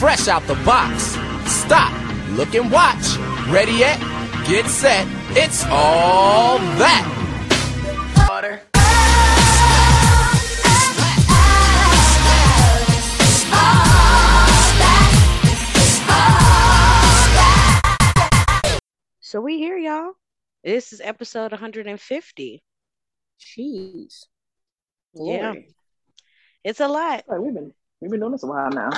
fresh out the box. Stop, look and watch. Ready yet? Get set. It's all that. Water. So we here, y'all. This is episode 150. Jeez. Yeah. Lord. It's a lot. Like, we've been we've been doing this a while now.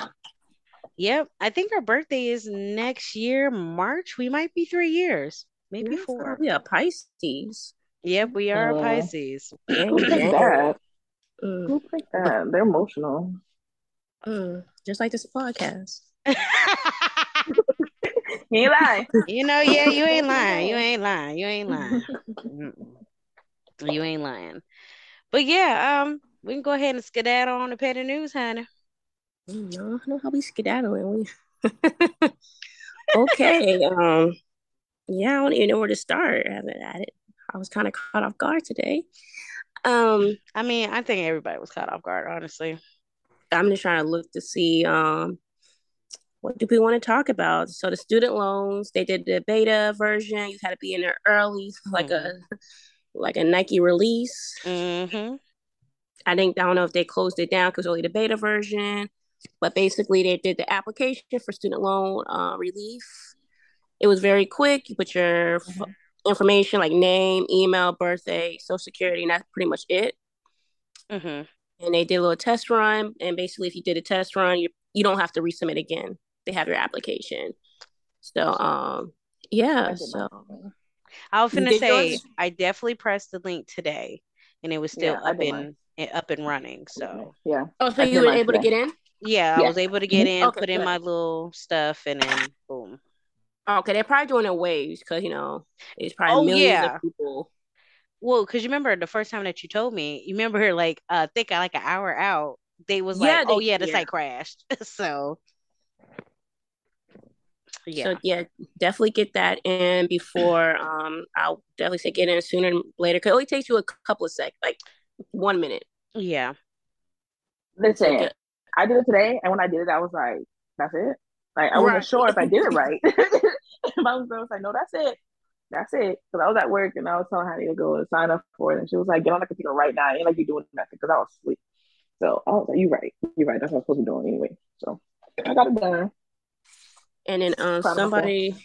Yep. I think our birthday is next year, March. We might be three years, maybe four. Yeah, Pisces. Yep, we are a Yeah. Pisces. Who picked that? Mm, Who picked that? They're emotional. mm. Just like this podcast. You lie. you know, yeah, you ain't lying. You ain't lying. You ain't lying. Mm-mm. You ain't lying. But yeah, um, we can go ahead and skedaddle on the petty news, honey. You know, I know how we skedaddling. We okay. Um, yeah, I don't even know where to start. I haven't at it. I was kind of caught off guard today. Um, I mean, I think everybody was caught off guard, honestly. I'm just trying to look to see um what do we want to talk about? So the student loans, they did the beta version. You had to be in there early, like Mm-hmm. a like a Nike release. Mm-hmm, hmm I think I don't know if they closed it down because only the beta version, but basically they did the application for student loan uh, relief. It was very quick. You put your f- information like name, email, birthday, social security, and that's pretty much it. hmm mm-hmm. And they did a little test run, and basically if you did a test run, you you don't have to resubmit again. They have your application. So um yeah, so I was You gonna did say yours? I definitely pressed the link today, and it was still Yeah, I up did and eh, up and running. So yeah. oh so I you did were mine able to today. get in? yeah, I Yeah. was able to get in, Okay, put in good. my little stuff, and then boom. Okay, they're probably doing it in waves because you know it's probably Oh, millions yeah. of people. Well, because you remember the first time that you told me, you remember like uh, I think I like an hour out, they was like, Yeah, oh they- yeah, the yeah. site crashed. So yeah, So yeah, definitely get that in before um I'll definitely say get in sooner than later. Cause it only takes you a couple of seconds, like one minute. yeah, Listen, I did it today, and when I did it, I was like, "That's it." Like I wasn't Right. sure if I did it right. But I was, I was like, "No, that's it, that's it." Because I was at work, and I was telling Honey to go and sign up for it, and she was like, "Get on the computer right now." Ain't like you doing nothing because I was asleep. So I was like, "You're right, you're right. That's what I'm supposed to be doing anyway." So I got it done. And then um Proud of somebody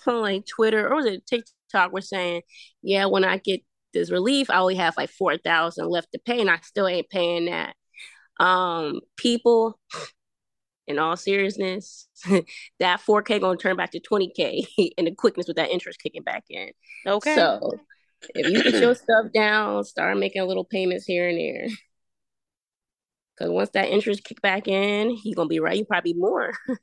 from like Twitter or was it TikTok was saying, Yeah, when I get this relief, I only have like four thousand left to pay and I still ain't paying that. Um people in all seriousness, that 4K gonna turn back to 20K and the quickness with that interest kicking back in. okay. So if you get your stuff down, start making little payments here and there. Cause once that interest kick back in, you're gonna be right, you probably more.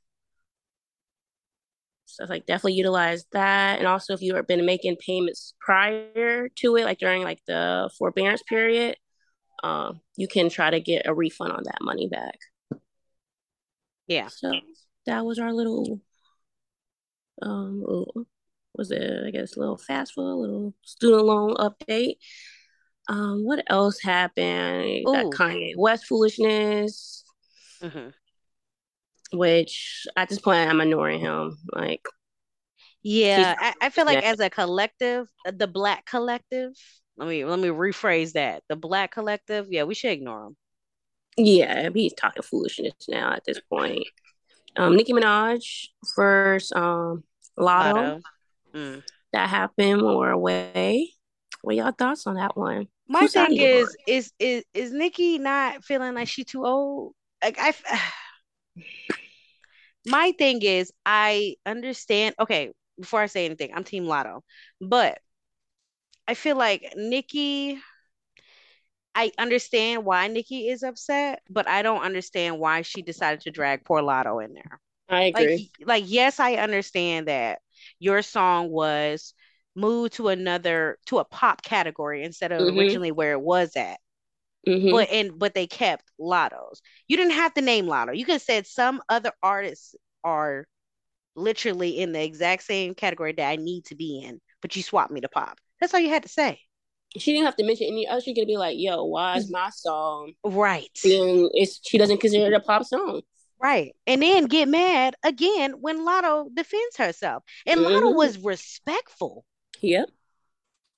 so it's like definitely utilize that. And also if you have been making payments prior to it, like during like the forbearance period, um, you can try to get a refund on that money back. Yeah. So that was our little um little- was it I guess little fast food, little student loan update. Um, what else happened? You Got Ooh. Kanye West foolishness, hmm which at this point I'm ignoring him. Like, Yeah, I, I feel like Yeah. as a collective, uh, the black collective, let me let me rephrase that. The black collective, yeah, we should ignore them. yeah, he's talking foolishness now at this point. Um, Nicki Minaj versus um Lotto. Mm. That happened when we we're away. What y'all thoughts on that one? My Who's out thing here? is, is is is Nikki not feeling like she too old? Like I, f- my thing is, I understand. Okay, before I say anything, I'm Team Lotto, but I feel like Nikki. I understand why Nikki is upset, but I don't understand why she decided to drag poor Lotto in there. I like like yes i understand that your song was moved to another to a pop category instead of Mhm. originally where it was at Mhm. but and but they kept lottos you didn't have to name lotto you could have said some other artists are literally in the exact same category that i need to be in but you swapped me to pop that's all you had to say she didn't have to mention any other. She could be like, "Yo, why is my song right being? It's she doesn't consider it a pop song." Right. And then get mad again when Lotto defends herself. And Lotto Mhm. was respectful. Yep.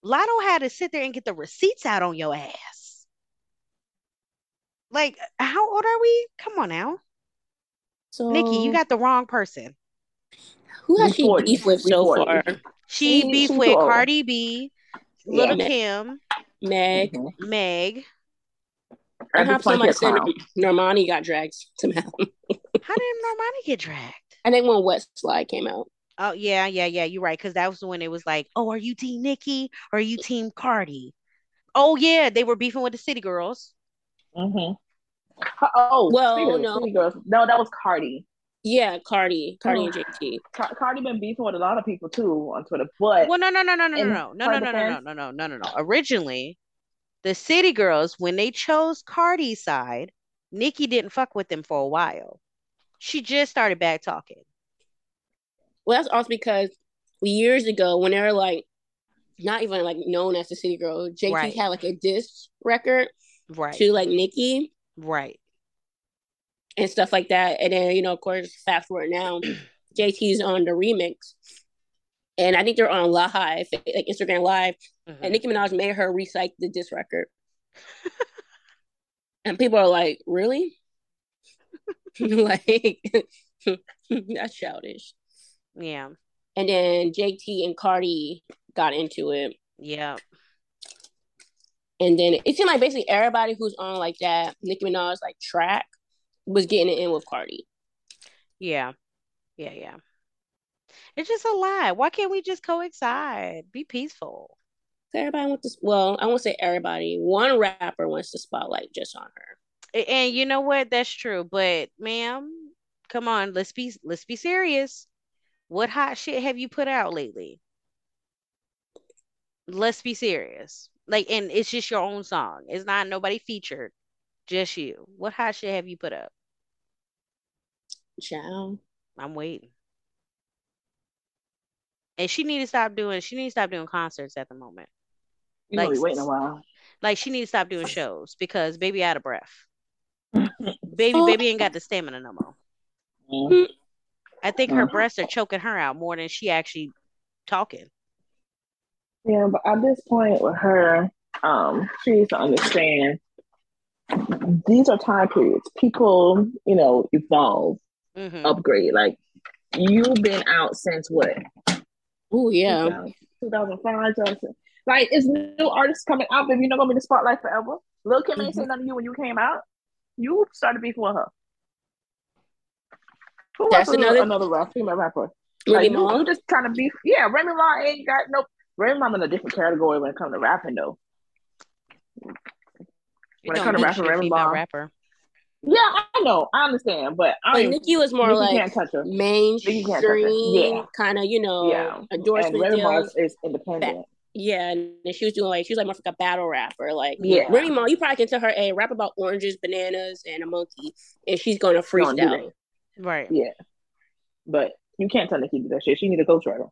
Lotto had to sit there and get the receipts out on your ass. Like, how old are we? Come on now. So Nikki, you got the wrong person. who We has she 40. beef with We so 40. far? She She- beef she with too old. Cardi B, Yeah. Little Kim, Meg. Mhm. Meg. I At hope this point, she somebody a said clown. Normani got dragged somehow. How did Normani get dragged? I think when Wet Slide came out. Oh yeah, yeah, yeah. You're right, because that was when it was like, oh, are you Team Nikki or are you Team Cardi? Oh yeah, they were beefing with the City Girls. Mhm. Oh, Well, speaking of no. City Girls. No, that was Cardi. Yeah, Cardi. Cardi Oh. and JT. Car- Cardi been beefing with a lot of people too on Twitter, but Well, no, no, no, no, no, in no, no, no, her no, no, no, defense- no, no, no, no, no. Originally, the City Girls, when they chose Cardi's side, Nikki didn't fuck with them for a while. She just started back talking. Well, that's also because years ago, when they were like not even like known as the City Girl, JT Right. had like a diss record Right, to like Nikki right. and stuff like that. And then, you know, of course, fast forward now, JT's on the remix. And I think they're on live, like Instagram live. And Nicki Minaj made her recite the diss record. and people are like, really? like, that's childish. Mhm. Yeah, And then JT and Cardi got into it. yeah. And then it seemed like basically everybody who's on like that Nicki Minaj like track was getting it in with Cardi. Yeah. Yeah, yeah. It's just a lie. Why can't we just coexist? Be peaceful. So everybody wants this. Well, I won't say everybody. One rapper wants the spotlight just on her. A- And you know what? That's true. But ma'am, come on, let's be let's be serious. What hot shit have you put out lately? Let's be serious. Like, and it's just your own song. It's not nobody featured, just you. What hot shit have you put up? Ciao. I'm waiting. And she need to stop doing she need to stop doing concerts at the moment. you gonna be like- waiting a while. Like she need to stop doing shows because baby out of breath. Baby, baby ain't got the stamina no more. Mhm. I think her Mhm. breasts are choking her out more than she actually talking. Yeah, but at this point with her, um, she needs to understand these are time periods. People, you know, evolve, hmm upgrade. Like you've been out since what? Oh yeah. 2000, 2005, 2006. Like it's new artists coming out, but you're not gonna be in the spotlight forever. Lil Kim Mm-hmm. ain't say nothing to you when you came out. You started before her. Who That's else was another- another rap, female rapper? Remy Like, you, Ma. you just trying to be, yeah. Remy Ma ain't got no. Remy Ma in a different category when it comes to rapping, though. You When it don't comes to mention rapping, a Remy female Ma. rapper. Yeah, I know, I understand, but I But mean, Nicki was more Nicki like can't touch her. mainstream Nicki can't touch it. Yeah. kind of, you know, Yeah, and endorsement Remy Ma deals. is, is independent. Yeah, and then she was doing like she was like more of like a battle rapper. Like Yeah. Remy Ma, you probably can tell her, hey, rap about oranges, bananas, and a monkey, and she's gonna Don't do that. freestyle. Right. Yeah, but you can't tell Nicki to do that shit. She need a ghostwriter.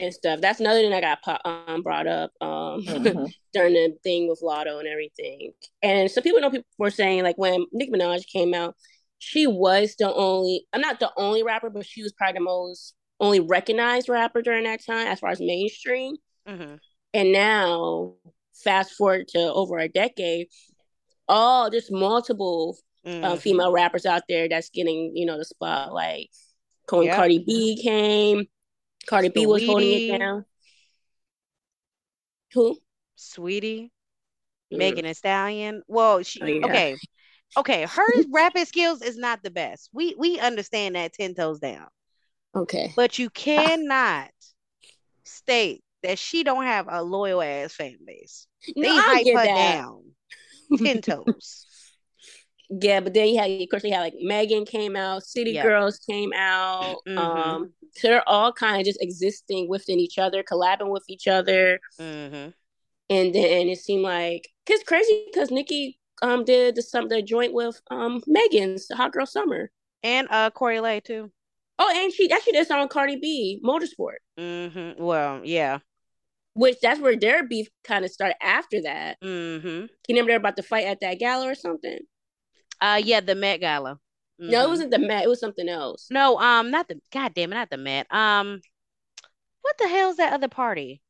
and stuff. That's another thing that got po- um, brought up um, Mhm. during the thing with Lotto and everything. And some people know people were saying like when Nicki Minaj came out, she was the only I'm not the only rapper, but she was probably the most only recognized rapper during that time as far as mainstream. hmm And now fast forward to over a decade, all just multiple Mm-hmm. uh, female rappers out there that's getting you know the spotlight. When Yeah. Cardi B came, Cardi B was holding Saweetie. it down. Who? Sweetie, Megan Thee Stallion. Well, she Oh, yeah. okay. Okay, her rapping skills is not the best. We we understand that ten toes down. Okay. But you cannot state that she don't have a loyal ass fan base. They No, I hype get her that. down. Ten toes. Yeah, but then you had, of course, they had like Megan came out, City Yeah. Girls came out. Mhm. Um, so they're all kind of just existing within each other, collabing with each other, hmm and then it seemed like cause crazy because Nikki um did the some the joint with um Megan's Hot Girl Summer. And uh Corey Lay too. Oh, and she actually did a song with Cardi B, Motorsport, hmm Well, yeah. which that's where their beef kind of started after that. hmm Can you remember they're about to fight at that gala or something? Uh yeah, the Met Gala. No, it wasn't the Met. It was something else. No, um, not the God damn it, not the Met. Um, what the hell's that other party?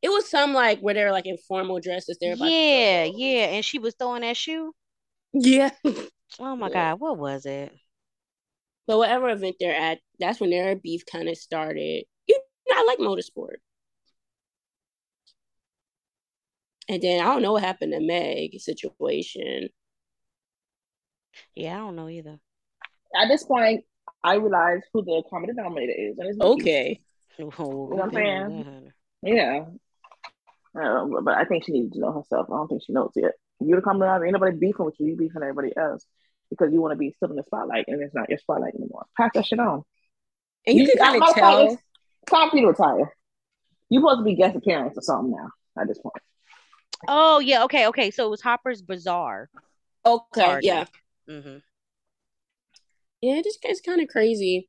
It was some like where they're like in formal dresses. They're about to yeah, go. yeah, and she was throwing that shoe. yeah. Oh my Yeah. god, what was it? But whatever event they're at, that's when their beef kind of started. You know, I like motorsport. And then I don't know what happened to Meg situation. Yeah, I don't know either. At this point, I realize who the common denominator is, and it's Nikki. Okay. Oh, I'm damn, saying. yeah. Yeah. Um, but- but I think she needs to know herself. I don't think she knows yet. You're the common denominator. Ain't nobody beefing with you. You beefing everybody else because you want to be still in the spotlight, and it's not your spotlight anymore. Pass that shit on. And you, You- can I'm kind not of fighting. tell. Time for you to retire. You're supposed to be guest appearance or something now. At this point, Oh, yeah, okay, okay. So it was Hopper's Bazaar Okay. party. Yeah. hmm Yeah. It just it's kind of crazy.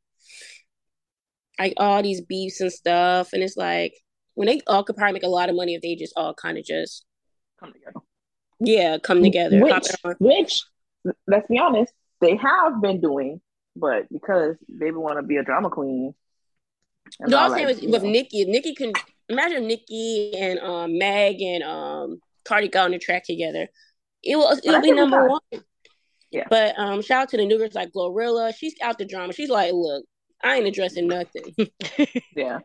Like all these beefs and stuff. And it's like when they all could probably make a lot of money if they just all kind of just, come together. yeah, come together. Which, hop on. which, let's be honest, they have been doing, but because they want to be a drama queen. and No, I all was saying like, with, you with know, Nikki. Nikki can imagine if Nikki and um, Meg and um, Cardi got on the track together. It will I it'll be think we number got- one. Yeah. But um, shout out to the new girls like Glorilla. She's out the drama. She's like, look, I ain't addressing nothing. yeah,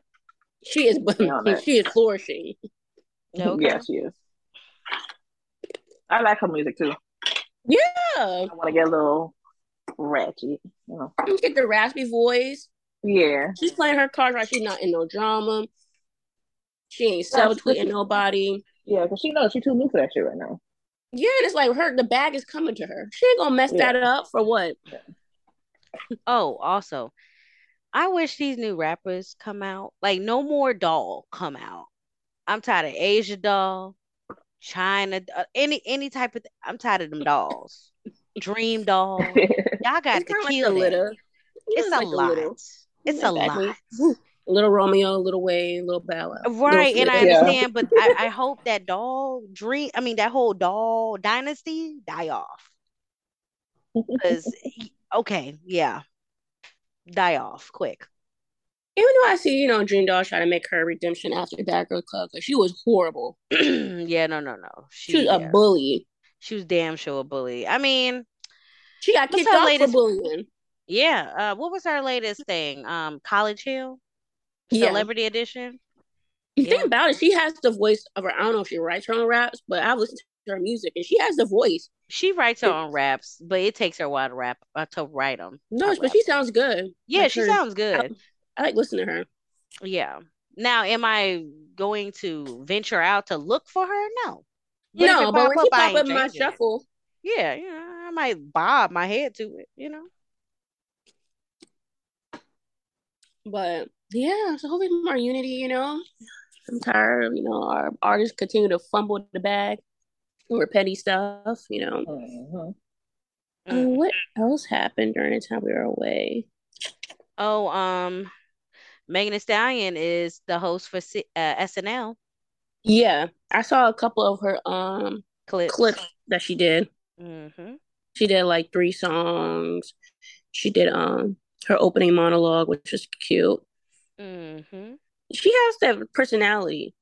She is, Yeah, man. she is flourishing. Okay. yeah, she is. I like her music too. Yeah, I want to get a little ratchet. You know. get the raspy voice. Yeah, She's playing her cards right. She's not in no drama. She ain't That's- self tweeting nobody. yeah, because she knows she's too new for that shit right now. Yeah, and it's like her the bag is coming to her. She ain't gonna mess Yeah. that up for what? Oh, also, I wish these new rappers come out. Like, no more doll come out. I'm tired of Asia doll, China, uh, any any type of. I'm tired of them dolls. Dream doll. Y'all got It's to kinda like kill the that. litter. Yeah, It's a like the lot. litter. It's a Exactly. lot. Little Romeo, Little Wayne, Little Bow Wow. Right, and I Yeah. understand, but I, I hope that doll dream, I mean that whole doll dynasty die off. Because okay, yeah. Die off quick. Even though I see, you know, Dream Doll try to make her redemption after Bad Girl Club, 'cause she was horrible. Yeah, no, no, no. She was She a yeah. bully. She was damn sure a bully. I mean, She got What's kicked her off for latest- bullying. yeah. Uh, what was her latest thing? Um, College Hill? Yeah. Celebrity Edition? You Yeah. Think about it. She has the voice of her. I don't know if she writes her own raps, but I listen to her music, and she has the voice. She writes her own raps, but it takes her a while to rap uh, to write them. No, but she sounds good. Yeah, Like she her- sounds good. I like listening to her. Yeah. Now, am I going to venture out to look for her? No. But if no, it pop but when up, she I pop ain't up in my changing it. shuffle, Yeah, you know, I might bob my head to it, you know. But yeah, so hopefully more unity, you know. I'm tired of, you know, our artists continue to fumble the bag over petty stuff, you know. Mm-hmm. Mm. Mhm. And what else happened during the time we were away? Oh, um, Megan Thee Stallion is the host for C uh, SNL Yeah, I saw a couple of her um clips. clips that she did. hmm She did like three songs. She did um her opening monologue, which was cute. hmm She has that personality.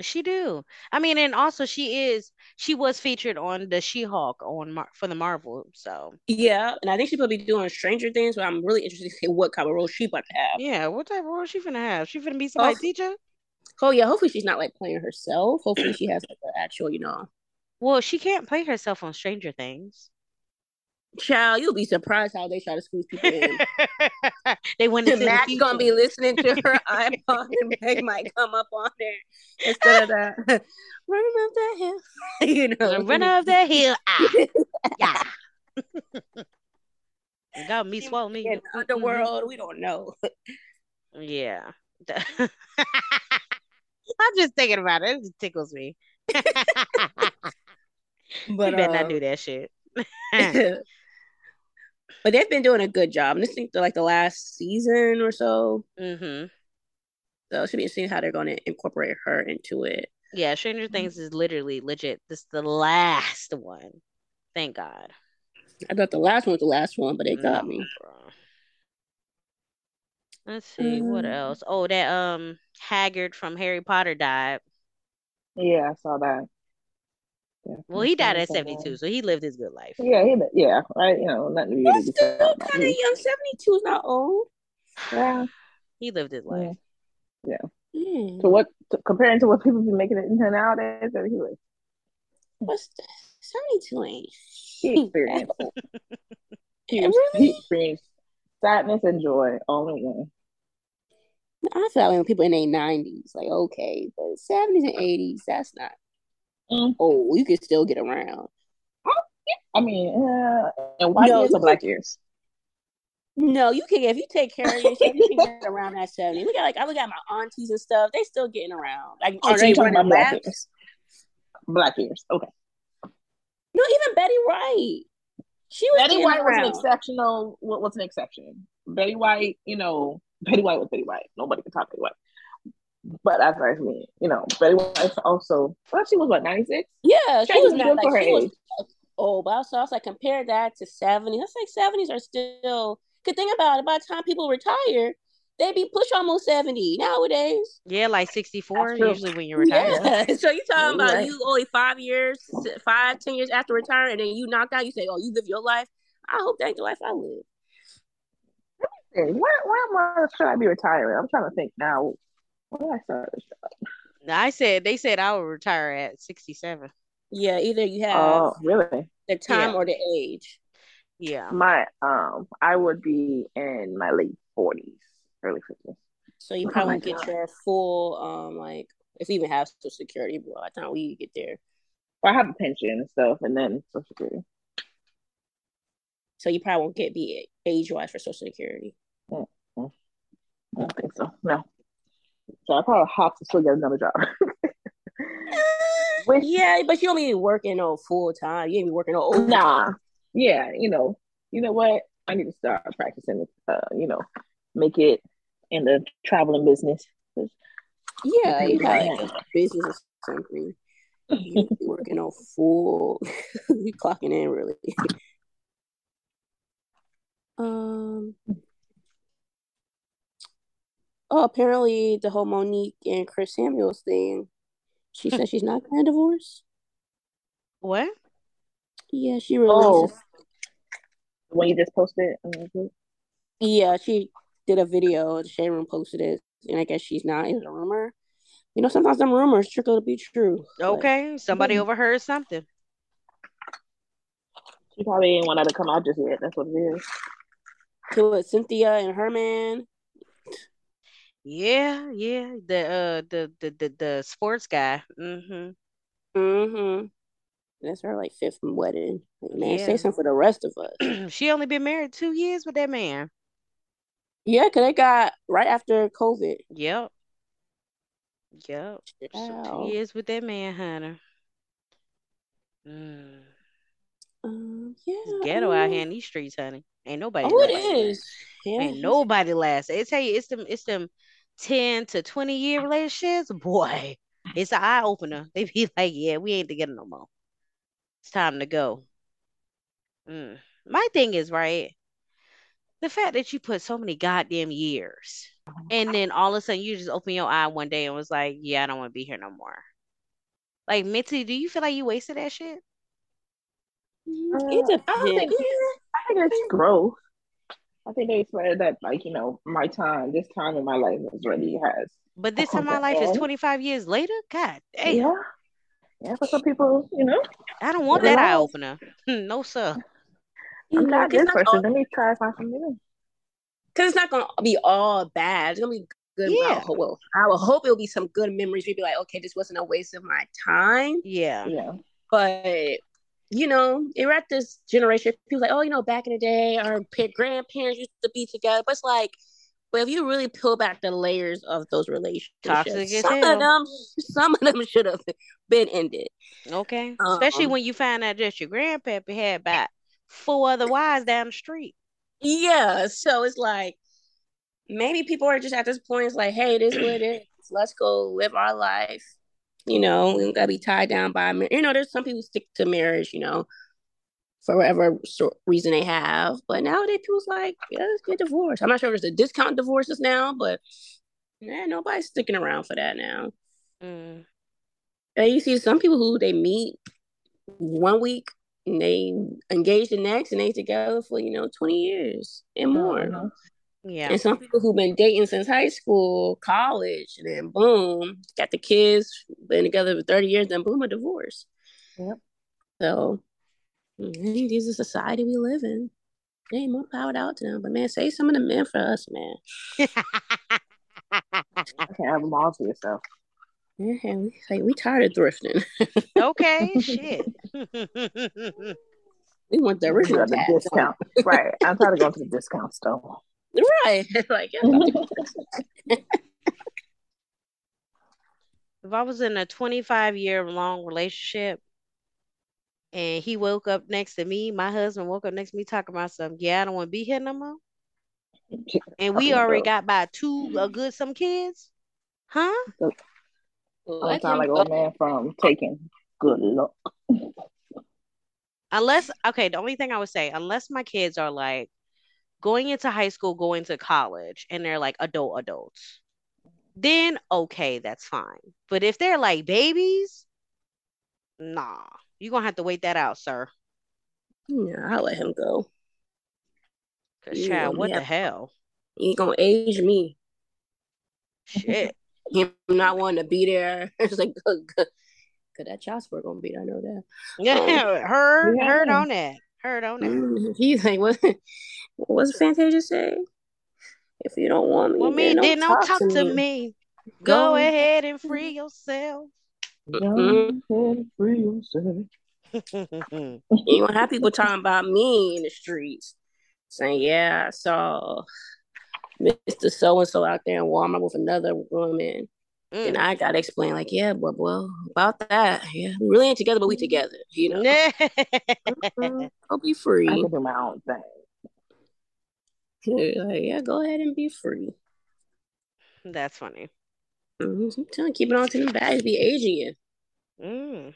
She do. I mean, and also she is she was featured on the She-Hulk on Mar for the Marvel, so Yeah, and I think she probably doing Stranger Things, but I'm really interested to see what kind of role she about to have. yeah, what type of role she finna have? She finna be somebody's Oh. teacher? Oh yeah, hopefully she's not like playing herself. Hopefully she has like an actual, you know, Well, she can't play herself on Stranger Things. child. You'll be surprised how they try to squeeze people in. they went into the Matt's gonna be future. listening to her iPod, and Meg might come up on there instead of that. Run up that hill, you know. run up that hill. Ah, yeah. Got me She swallow me. in Mhm. the underworld. We don't know. Yeah. I'm just thinking about it. It just tickles me. You But better not um, do that shit. Mm-hmm. but they've been doing a good job. And this thing like the last season or so. hmm So it should be interesting how they're going to incorporate her into it. Yeah, Mm-hmm. Stranger Things is literally legit. This is the last one. Thank God. I thought the last one was the last one, but it got me. Bruh. Let's see what Mm. else. Oh, that um Haggard from Harry Potter died. Yeah, I saw that. Yeah, Well, he died at saw that. 72, so he lived his good life. Yeah, he, yeah, right. You know, nothing to be really That's sad still about. kind of young. Seventy two is not old. Yeah. He lived his life. Hmm. To what to, comparing to what people be making it nowadays, that he was What's seventy two ain't he experienced it. he, was- he really? experienced sadness and joy all in one. I feel like when people in their nineties, like okay, but seventies and eighties, that's not Mm. old. You can still get around. I mean, uh, and white No, ears you- or black ears? No, you can if you take care of yourself, you can get around that seventy. We got like I look at my aunties and stuff; they still getting around. Like Oh, are so they you talking about running black laps? ears? Black ears. Okay. No, even Betty White, she was Betty getting White was an around. exceptional. What was an exception? Betty White, you know, Betty White was Betty White. Nobody could top Betty White. But that's what I mean. You know, Betty White also. Well, she was what ninety six. Yeah, she She was was not good like for her she was old, but also I was like compare that to seventies. That's like seventies are still. Good thing about it, by the time people retire, they be push almost seventy nowadays. Yeah, like 64 That's true. usually when you're retired. Yeah. So you Yeah, talking you about right. you only five years, five ten years after retirement, and then you knocked out. You say, "Oh, you live your life." I hope that ain't the life I live. Why? Why am I? Should I be retiring? I'm trying to think now. When did I start this job? Now, I said they said I would retire at 67. Yeah, either you have Oh, really? the time yeah. or the age. Yeah. My um, I would be in my late forties, early fifties. So you Oh probably my won't get God. your full, um, like if you even have Social Security by the time we get there. I have a pension and stuff, and then Social Security. So you probably won't get be age wise for Social Security. I don't think so. No. So I probably have to still get another job. Which, Yeah, but you don't be working on full time. You ain't be working on overtime. nah. Yeah, you know, you know what? I need to start practicing. Uh, you know, make it in the traveling business. Yeah, Okay, you got yeah. like a business or something. You don't be working on full. you clocking in really. um. Oh, apparently the whole Monique and Chris Samuels thing. She said she's not gonna divorce. What? Yeah, she Oh. released. The one you just posted. um, Yeah, she did a video and Sharon posted it, and I guess she's not. It was a rumor. You know, sometimes them rumors trickle to be true. but- Okay. Somebody Mm-hmm. overheard something. She probably ain't want her to come out just yet. That's what it is. It was Cynthia and Herman. Yeah, yeah. The uh the the the, the sports guy. Mm-hmm. Mm-hmm. That's her like fifth wedding. Like, man, Yeah. say something for the rest of us. she only been married two years with that man. Yeah, because they got right after COVID. Yep. Yep. So Wow. two years with that man, Hunter. Mm. Um, yeah. It's ghetto out here in these streets, honey. Ain't nobody. Oh, it lasting. is. Yeah. Ain't nobody last. It's hey, it's them, it's them ten to twenty year relationships. Boy, it's an eye opener. They be like, yeah, we ain't together no more. It's time to go. Mm. My thing is right. The fact that you put so many goddamn years, and then all of a sudden you just open your eye one day and was like, yeah, I don't want to be here no more. Like mentally, do you feel like you wasted that shit? It Uh, I don't depends. think- I think it's growth. I think they said that, like, you know, my time, this time in my life is already has But this time comes my an life is end. twenty five years later. God damn. Yeah. Yeah, for some people, you know, I don't want Yeah. that eye opener. No, sir. You I'm know, not 'cause it's this not person. all- Let me try to find something new. 'cause it's not gonna be all bad. It's gonna be good. Yeah. I would- Well, I will hope it'll be some good memories. We'd be like, okay, this wasn't a waste of my time. Yeah. Yeah. But you know, we're at this generation. People like, oh, you know, back in the day, our pa- grandparents used to be together. But it's like, but if you really peel back the layers of those Toxic relationships, as some hell. of them, some of them should have been ended. Okay. Especially Um, when you find out that your grandpappy had about four other wives down the street. Yeah, so it's like maybe people are just at this point. It's like, hey, this is what it is. Let's go live our life. You know, we don't gotta be tied down by. mar- You know, there's some people who stick to marriage. You know, for whatever sort reason they have. But nowadays, people's like, yeah, let's get divorced. I'm not sure if there's a discount divorces now, but yeah, nobody's sticking around for that now. Mm. And you see some people who they meet one week and they engage the next and they together for, you know, 20 years and more. Mhm. Yeah. And some people who've been dating since high school, college, and then boom, got the kids, been together for 30 years, then boom, a divorce. Yep. So, mm, this is the society we live in. They ain't more powered out to them. But man, say some of the men for us, man. I can't have them all to yourself. Yeah, we, like, we tired of thrifting. okay. Shit. We want the You original got the pack. discount. right. I'm tired of going to the discount store. Right. like, yeah, Mm-hmm. if I was in a 25 year long relationship and he woke up next to me, my husband woke up next to me talking about something, yeah, I don't want to be here no more. And we Fucking already dope. got by two a good some kids. Huh? I let sound like him old go. man from Taken. Good luck. Unless okay, the only thing I would say, unless my kids are like going into high school, going to college, and they're like adult adults, then okay, that's fine. But if they're like babies, nah, you're gonna have to wait that out, sir. Yeah, I'll let him go. Cause You child, gonna what the have- hell? He gonna age me. Shit. him not wanting to be there. It's like, good, good. Cause that child support gonna be there. I know that. Yeah, heard Yeah. heard on that. Heard on that. Mm, He's like, what? What's Fantasia say? If you don't want me, Well, then me don't did not talk, talk to me. Go Go. ahead and free yourself. Mm. Mm, You gonna have people talking about me in the streets, saying, "Yeah, I saw Mister So and So out there in Walmart with another woman," and Mm. I gotta explain, like, "Yeah, but well, about that, yeah, we really ain't together, but we together, you know." Mm, Go be free. I can do my own thing. Yeah, like, yeah, go ahead and be free. That's funny. Mhm. I'm telling you, keep it on to them bags, be aging you. Mm.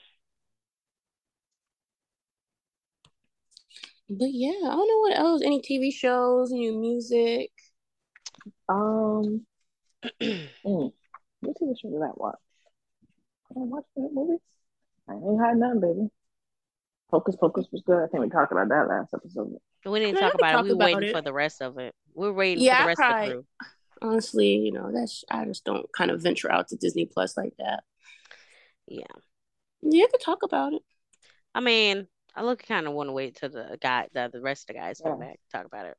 But yeah, I don't know what else. Any TV shows, any music. Um, mm, what TV show did I watch? I don't watch that movie. I ain't had none, baby. Hocus Pocus was good. I think we talked about that last episode. We didn't No, talk y'all can about it. talk We were about waiting it. for the rest of it. We're waiting Yeah, for I the rest of probably- the crew. Honestly, you know, that's I just don't kind of venture out to Disney Plus like that. Yeah. Yeah, I could talk about it. I mean, I look kind of want to wait till the guy, the, the rest of the guys come Yeah. back to talk about it.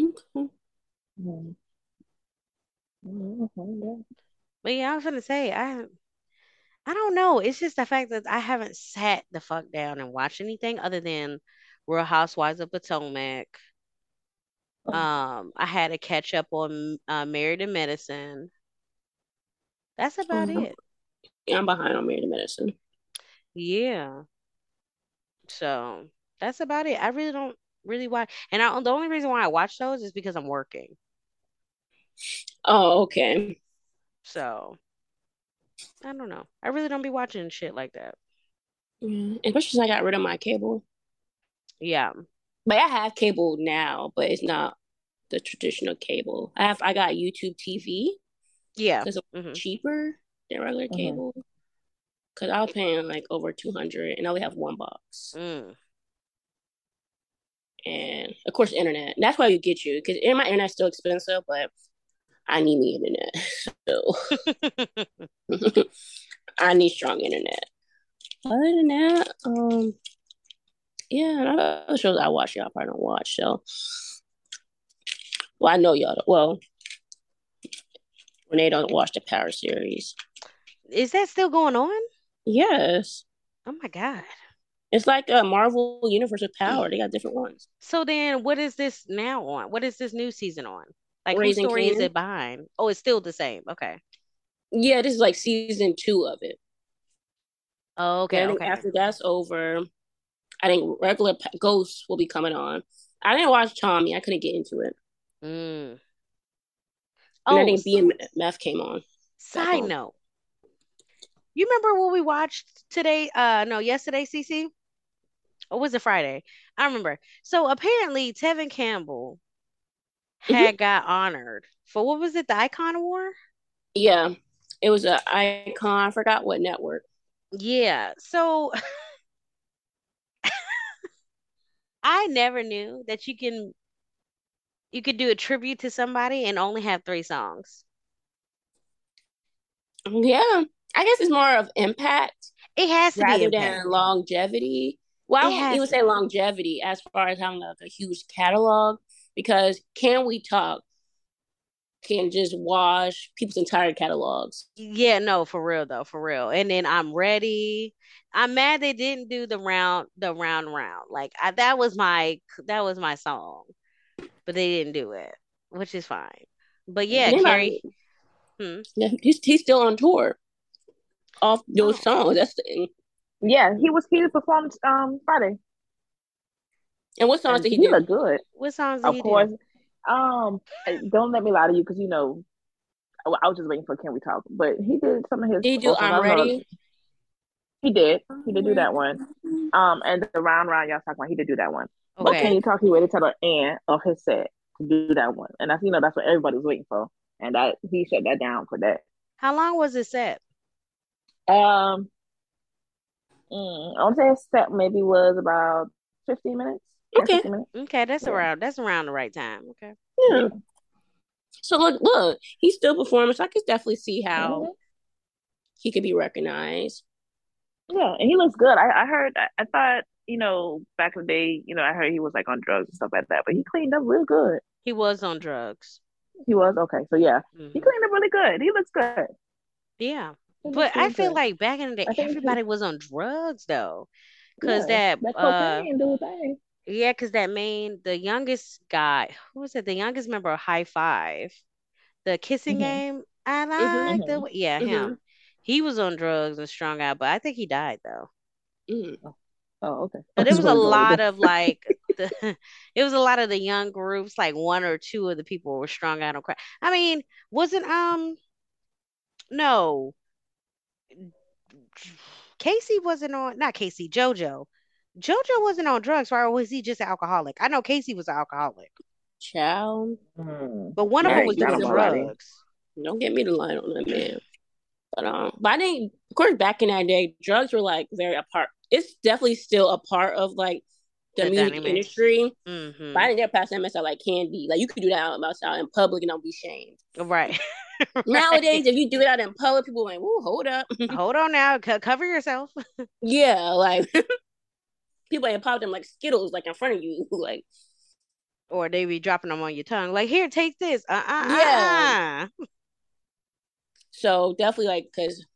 Okay. Mm. Mm, mm, But yeah, I was gonna say I, I don't know. It's just the fact that I haven't sat the fuck down and watched anything other than Real Housewives of Potomac. Um, I had to catch up on uh, Married in Medicine. That's about Mhm. it. Yeah, I'm behind on Married to Medicine. Yeah. So that's about it. I really don't really watch, and I, the only reason why I watch those is because I'm working. Oh, okay. So I don't know. I really don't be watching shit like that. Yeah. Especially since I got rid of my cable. Yeah. But I have cable now, but it's not the traditional cable. I have I got YouTube TV. Yeah. There's a- hmm cheaper than regular Mhm. cable. Cause I was paying like over two hundred, and I only have one box, Mm. and of course internet. And that's why you get you, cause in my internet's still expensive, but I need me internet, so I need strong internet. Other than that, um, yeah, and other shows I watch, y'all probably don't watch. So, well, I know y'all. Don't. Well, when they don't watch the Power series, Is that still going on? yes, Oh my God. it's like a Marvel Universe of Power. They got different ones. So then, what is this now on? What is this new season on? Like, whose Raising story is Kanan. it behind? Oh, it's still the same. Okay. Yeah, this is like season two of it. Oh, Okay, okay. I think Okay. after that's over, I think regular pa- Ghosts will be coming on. I didn't watch Tommy. I couldn't get into it. Mm. And I Oh, think BMF came on. side on. note. You remember what we watched today? Uh, no, yesterday, CC? or was it Friday? I remember. So apparently Tevin Campbell Mm-hmm. had got honored for what was it, the Icon Award? Yeah, it was a icon. I forgot what network. Yeah. So I never knew that you can you could do a tribute to somebody and only have three songs. Mm, Yeah, I guess it's more of impact It has to be rather impact. than longevity. Well, It I wouldn't has even to say longevity as far as having like a huge catalog because Can We Talk can just wash people's entire catalogs. Yeah, no, for real though, for real. And then I'm ready. I'm mad they didn't do the round, the round round. Like I, that was my that was my song, but they didn't do it, which is fine. But yeah, They're not- Carrie, Hmm. Yeah, He's, he's still on tour off those Oh. songs. That's the thing. Yeah, he was he performed um Friday. And what songs And did he he do? looked good, what songs did of he do? course. Um, don't let me lie to you because you know, I I was just waiting for Can We Talk, but he did some of his. Did he do vocals. I I'm don't know. Ready? He did. He did do that one. Um, and the round round y'all talking about, he did do that one. But Can Okay. You Talk? He waited till the end of his set to do that one, and that's you know that's what everybody was waiting for, and that he shut that down for that. How long was it set? Um, mm, I would say his set maybe was about fifteen minutes. 10, Okay. 15 minutes. Okay, that's Yeah. around that's around the right time. Okay. Yeah. So look, look, he's still performing. So I could definitely see how Mhm. he could be recognized. Mm-hmm. Yeah, and he looks good. I, I heard, I, I thought, you know, back in the day, you know, I heard he was like on drugs and stuff like that, but he cleaned up real good. He was on drugs. He was okay. So yeah, he Mhm. cleaned up really good. He looks good. Yeah. Mm-hmm. He looks But I really feel good. like back in the day, I think he- everybody was on drugs though. 'Cause Yeah, that that uh cocaine do his thing. Yeah, because that main, the youngest guy, who was it? The youngest member of High Five, the kissing Mhm. game. I Mhm. like the way. Yeah, him. Mhm. He was on drugs and strung out, but I think he died though. Mhm. Oh, okay. But there was a Really good. lot of like the, it was a lot of the young groups, like one or two of the people were strung out on crack. I mean, wasn't um no, Casey wasn't on, not Casey, JoJo. JoJo wasn't on drugs, right? Or was he just an alcoholic? I know Casey was an alcoholic. Child, Mm. But one of them Right, was not doing a lot. drugs. don't get me to line on that man. But um, but I think, of course, back in that day, drugs were like very a part. It's definitely still a part of like the, The music dynamic. industry. But I Mm-hmm. think they're passing that mess out like candy. Like you could do that out outside in public and don't be shamed. Right. Right. Nowadays, if you do it out in public, people are like, "Whoa, hold up." Hold on now. Co- cover yourself. yeah, like people ain't pop them like Skittles like in front of you. Like Or they be dropping them on your tongue. Like, here, take this. Uh uh Yeah. uh. so, definitely like because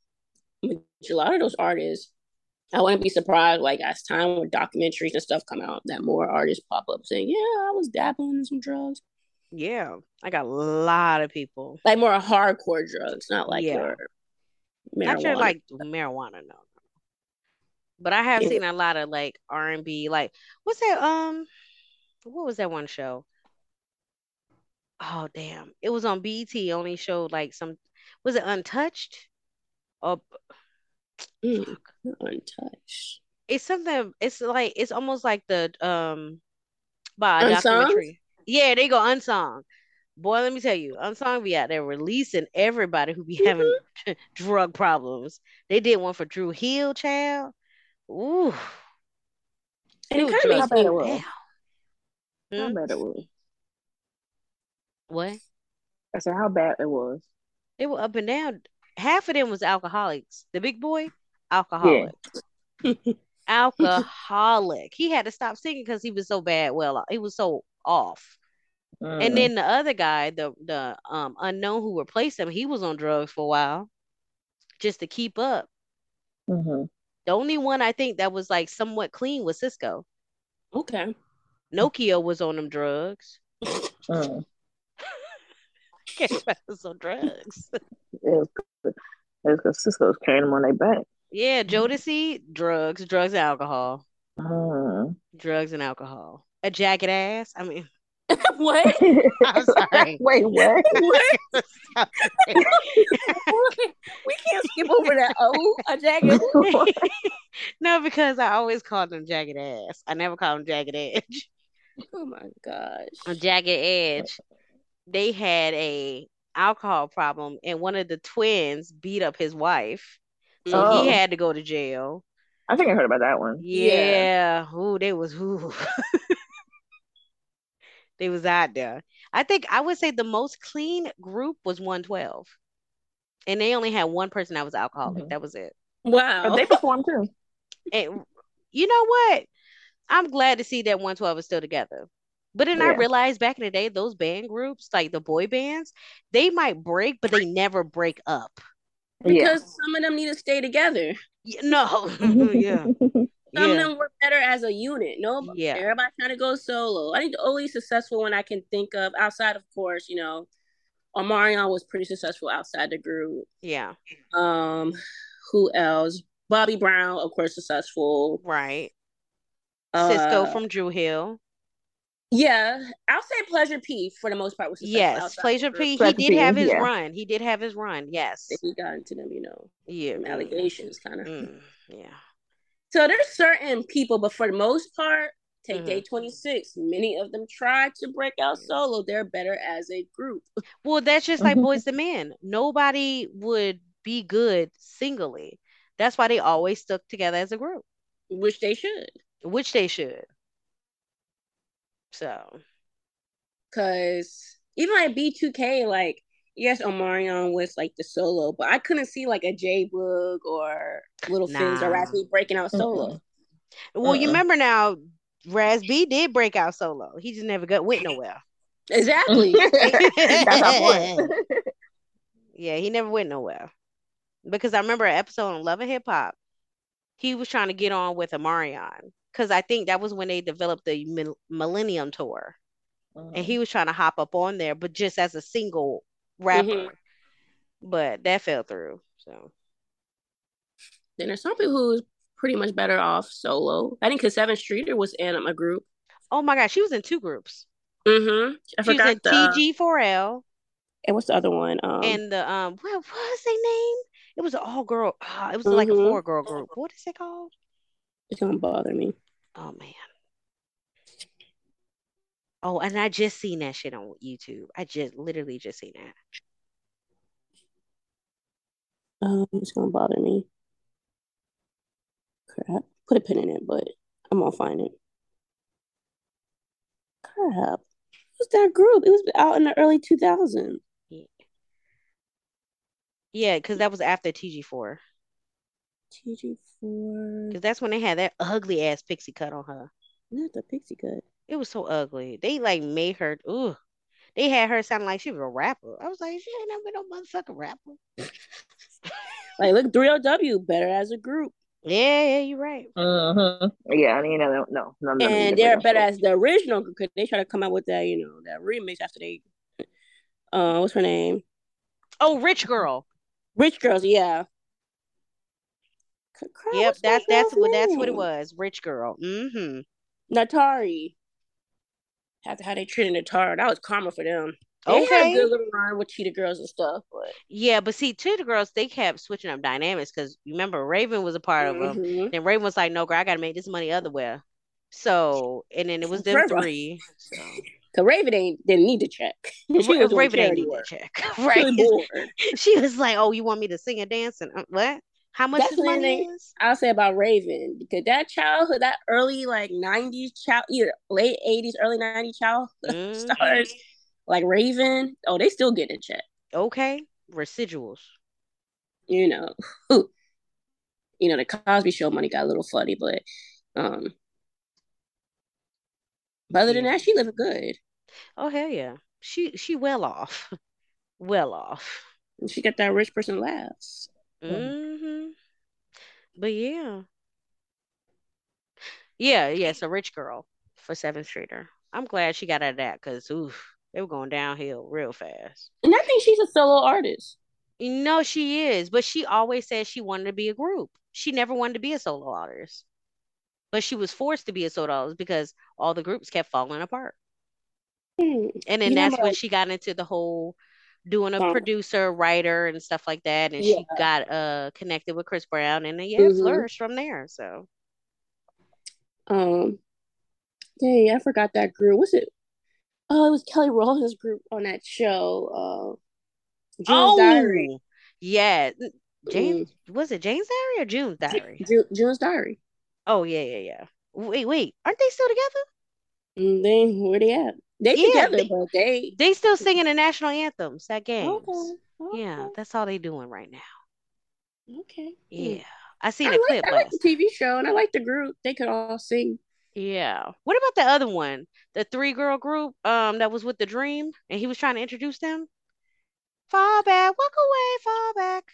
a lot of those artists, I wouldn't be surprised like as time with documentaries and stuff come out that more artists pop up saying, "Yeah, I was dabbling in some drugs." Yeah. I got a lot of people. like more hardcore drugs, not like Yeah. your Not sure marijuana. like marijuana, no. But I have Yeah. seen a lot of like R and B, like what's that um what was that one show? Oh damn. It was on BT only showed like some was it Untouched? Or Mm, untouched. it's something it's like it's almost like the um by a Unsung? documentary yeah they go unsung boy let me tell you unsung be out there releasing everybody who be having drug problems they did one for drew hill child ooh And it Ooh, kind of drugs. How makes bad it me. was. damn. How Hmm? bad it was. what I said how bad it was. they were up and down half of them was alcoholics the big boy alcoholic alcoholic he had to stop singing because he was so bad well he was so off Mm, And then the other guy, the the um unknown who replaced him, he was on drugs for a while just to keep up. hmm The only one I think that was like somewhat clean was Cisco. Okay. Nokia was on them drugs. mm Everybody was on drugs. It was good. It was because Cisco's carrying them on their back. Yeah, Jodeci, drugs, drugs, and alcohol, Mm. drugs and alcohol. A jagged ass. I mean, what? I'm sorry. Mm. Wait, what? we can't skip over that. Oh, a jagged. no, because I always called them jagged ass. I never called them jagged edge. Oh my on gosh. Jagged Edge, they had a alcohol problem, and one of the twins beat up his wife, so Oh. he had to go to jail. I think I heard about that one. Yeah, ooh, they was ooh, they was out there. I think I would say the most clean group was one twelve, and they only had one person that was alcoholic. Mhm. That was it. But Wow. they performed too. And you know what? I'm glad to see that 112 is still together. But then I Yeah. realized back in the day, those band groups, like the boy bands, they might break, but they never break up. yeah. because some of them need to stay together. Y- No, Oh, yeah, Some of yeah, them work better as a unit. No, Yeah. everybody trying to go solo. I think the only successful one I can think of, outside of course, you know, Omarion was pretty successful outside the group. yeah, Um, who else? Bobby Brown, of course, successful. right. Cisco Cisco Uh, from Drew Hill. yeah, I'll say Pleasure P for the most part was successful Yes, outside Pleasure the group. P. He Pleasure did P, have his yeah. run. He did have his run. Yes. He got into them, you know, Yeah. some mm, allegations kind of. mm, yeah. So there's certain people, but for the most part, take Mhm. day 26. Many of them try to break out solo. They're better as a group. Well, that's just like Mhm. boys to men. Nobody would be good singly. That's why they always stuck together as a group. which they should which they should. So, because even like b2k like yes omarion was like the solo but i couldn't see like a j boog or little fins are Nah. actually breaking out solo well, you Uh-uh. remember now, Raz B did break out solo. He just never got went nowhere. exactly That's our point. Yeah, he never went nowhere because I remember an episode on Love and Hip Hop. He was trying to get on with Amarion because I think that was when they developed the Mil- Millennium Tour, and he was trying to hop up on there, but just as a single rapper. Mhm. But that fell through. So, then there's some people who's pretty much better off solo i think because seven streeter was in a group oh my gosh, she was in two groups. mm-hmm i She was forgot in the, uh, TG4L. and what's the other one um and the um what was their name? It was an all girl. ah, it was like a Mhm. four girl group. What is it called? it's gonna bother me Oh man. Oh, and I just seen that shit on YouTube. I just literally just seen that. um it's gonna bother me crap put a pin in it but i'm gonna find it crap was that group? It was out in the early 2000s. Yeah, because that was after TG4. TG4. Because that's when they had that ugly ass pixie cut on her. Not the pixie cut. It was so ugly. They like made her. Ooh, they had her sounding like she was a rapper. I was like, she ain't never been no motherfucking rapper. Like, look, 3LW, better as a group. Yeah, yeah, you're right. hmm Yeah, I mean, no, no, no, no. And they're better as the original because they try to come out with that, you know, that remix after they. Uh, what's her name? Oh, rich girl. Rich Girls, yeah. C- crap, Yep, what's that's that that's girl's what that's what it name? was. Rich girl. Mm-hmm. Natari. After how they treated Natari, that was karma for them. They had Okay. a good little run with Cheetah Girls and stuff, but Yeah, but see, two of the girls they kept switching up dynamics because you remember Raven was a part of them. Mhm. Then Raven was like, "No, girl, I gotta make this money other way." So, and then it was them Forever. three. So, 'Cause Raven ain't didn't need to check. She was Ra- doing Raven ain't charity need to work. check, She right? was bored. She was like, "Oh, you want me to sing and dance and uh, what? How much That's this what it money ain't- is?" I'll say about Raven because that childhood, that early like '90s child, either late '80s, early '90s child Mhm. stars like Raven. Oh, they still get a check, Okay, residuals. you know. you know, the Cosby Show money got a little funny, but um, but other than Yeah. that, she living good. Oh hell yeah, she she well off, well off. And She got that rich person laughs. hmm But yeah. Yeah, yeah, it's a rich girl for Seventh Streeter. I'm glad she got out of that because oof, they were going downhill real fast. And I think she's a solo artist. You know she is, but she always said she wanted to be a group. She never wanted to be a solo artist. But she was forced to be a solo artist because all the groups kept falling apart. Hmm. And then You know that's when what? Um, she got into the whole doing a Song. producer, writer, and stuff like that. And she got uh connected with Chris Brown and then, yeah, Mhm. flourished from there. So Um, dang, I forgot that group. Was it? Oh, it was Kelly Rowland's group on that show. Uh, June's Diary. Mm-hmm. Oh, yeah. N- James was it Jane's Diary or June's Ju- Diary? Ju- June's Diary. Oh yeah, yeah, yeah. Wait, wait. Aren't they still together? And then where Mm, they at? They Yeah, together, they- but they. They still singing the national anthems at games. Okay. Yeah, okay, that's all they doing right now. Okay. Hmm. Yeah. I I seen a like, clip I like last. the TV show and I like the group. They could all sing. Yeah. What about the other one? The three girl group um that was with the Dream and he was trying to introduce them? Fall back, walk away, fall back.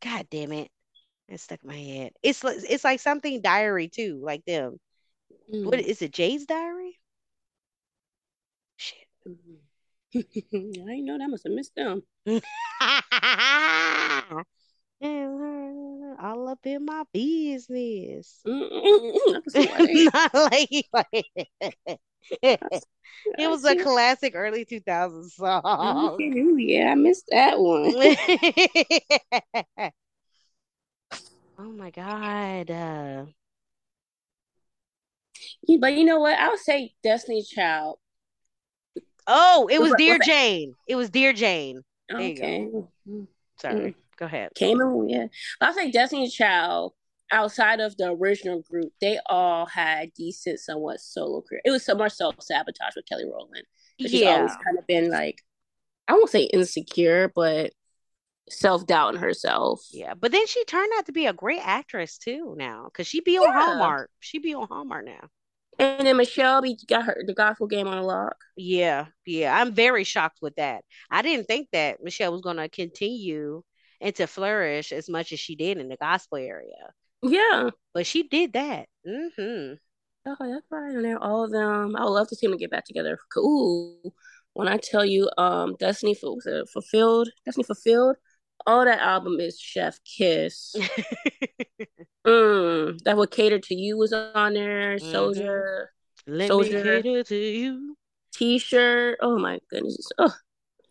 God damn it. That stuck in my head. It's like it's like something diary too, like them. Hmm. What is it, Jay's diary? Shit. Mm. I didn't know that. Must have missed them. All up in my business. Mm-mm-mm. I can see why they- Not like, like- it was a I see- classic early 2000s I song. see you. Yeah, I missed that one. Oh my God. Uh, Yeah, But you know what? I'll say Destiny Child. oh, it was What- Dear what's Jane. It was Dear Jane. There you Okay. Sorry. Go ahead. Came in, yeah. I'll say Destiny Child, outside of the original group, they all had decent, somewhat solo career. It was somewhat self sabotage with Kelly Rowland. 'cause She's Yeah. always kind of been like, I won't say insecure, but self doubting herself. Yeah. But then she turned out to be a great actress too now because she be on Yeah. Hallmark. She be on Hallmark now. And then Michelle B got her the gospel game on the lock. Yeah, yeah. I'm very shocked with that. I didn't think that Michelle was going to continue and to flourish as much as she did in the gospel area, Yeah. but she did that. hmm Oh, that's right. And they're all of them. I would love to see them get back together. Cool. When I tell you, um, Destiny Fu- was it fulfilled, Destiny fulfilled. All that album is Chef Kiss. mm, that would cater to you was on there. Mhm. Soldier Let Soldier. me cater to you. T-shirt. Oh my goodness. Oh,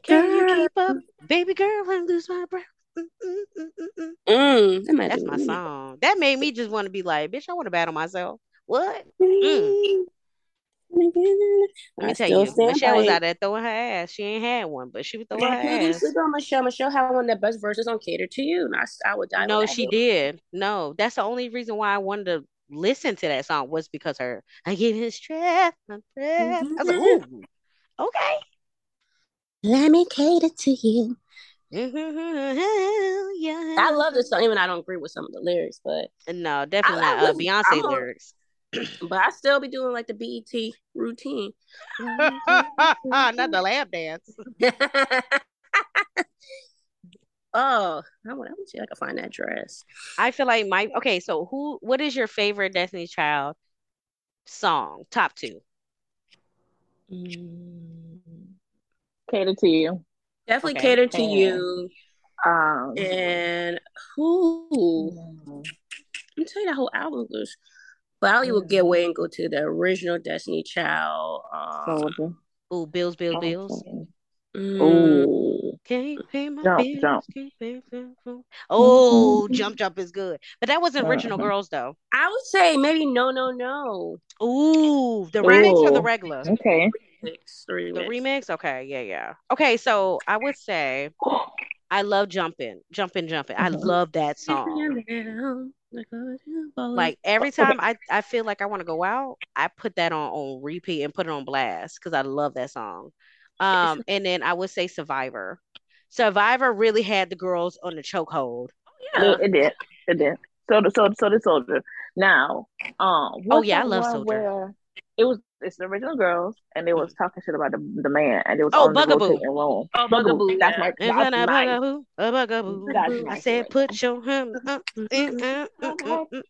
Can you Girl. keep up, baby girl? I lose my breath. Mm, mm, mm, mm, mm. mm, that might That's be- my song. That made me just want to be like, bitch. I want to battle myself. What? Mm. Let Oh I Mm. me tell you, still stand Michelle by was it. out there throwing her ass. She ain't had one, but she was throwing That her nigga ass. sleep on Michelle. Michelle had one of the best verses on Cater to You. And I, I would die. on No, that she hill. did. No, that's the only reason why I wanted to listen to that song was because her I give his strength, my breath. I was like, ooh, okay. Let me cater to you. I Yeah. love this song, even though I don't agree with some of the lyrics, but No, definitely I- I not uh, was- Beyonce I'm on- lyrics. but I still be doing like the BET routine. Not the lap dance. oh, I want to see if I can find that dress. I feel like my okay, so who what is your favorite Destiny Child song? Top two. Cater to you. Definitely Mm. Okay. cater to Yeah. you. Um, And who? I'm telling you, that whole album was. Bali will get away and go to the original Destiny Child. Um, Soldier. Ooh, bills, bills, bills. Oh. mm, Ooh. Can't pay my Jump, bills. jump. Can't pay, pay, pay. Oh, Mhm. jump, jump is good, but that wasn't original Mhm. girls though. I would say maybe no, no, no. Ooh, the remix or the Ooh. regular? Okay. Remix, remix. The remix. Okay, yeah, yeah. Okay, so I would say I love jumping, jumping, jumping. Mm-hmm. I Mhm. love that song. oh, Like every Okay. time I, I feel like I want to go out, I put that on on repeat and put it on blast because I love that song. Um, and then I would say Survivor. Survivor really had the girls on the chokehold. yeah. It, it did. It did. So the so so the soldier. Now, um, Oh, what's yeah, I that love one Soldier. Mm-hmm. Where it was it's the original girls, and they was talking shit about the, the man, and it was Oh, on the Bugaboo. rotating room. Oh, Bugaboo, That's yeah. my And that's then I my bugaboo, a bugaboo. that's Bugaboo. my I said, favorite. put your hand up. Mm, mm, mm, mm, mm,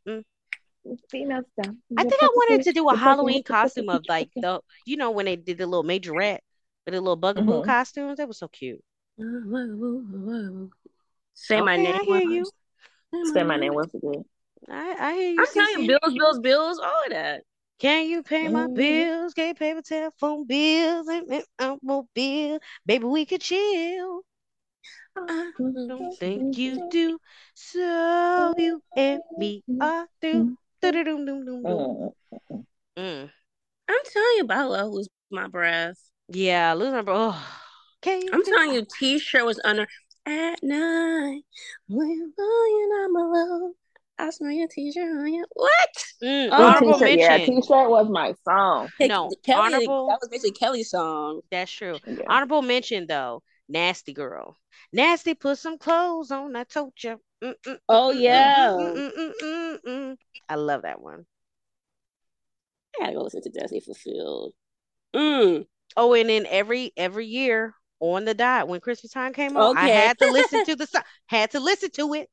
mm. Female stuff. I think I wanted to do a Halloween costume of like the, you know, when they did the little majorette with the little bugaboo Mhm. costumes. That was so cute. Say my Okay, name. I hear you. Willis. Say my name. What's it good? I, I hear you. I'm telling CC. you, bills, bills, bills, all of that. Can you pay my Mhm. bills? Can you pay my telephone bills and my automobile? Baby, we could chill. I Uh, don't think you do. So you and me are through. Do-do-dum-dum-dum-dum. Mm. Mm. I'm telling you about lose my breath. Yeah, lose my bro. Oh, can you I'm do- telling you, T-shirt was under at night when I'm alone. I smell your T-shirt on you. What? Mm, Oh, honorable T-shirt, yeah, mention. T-shirt was my song. No, honorable- That was basically Kelly's song. That's true. Yeah. Honorable mention though, nasty girl. Nasty put some clothes on. I told Mm, you. Oh mm, yeah. Mm-mm-mm-mm-mm-mm. mm. I love that one. I gotta go listen to Destiny Fulfilled. Mm. Oh, and then every every year on the dot when Christmas time came on, I Okay. had to listen to the song. Had to listen to it.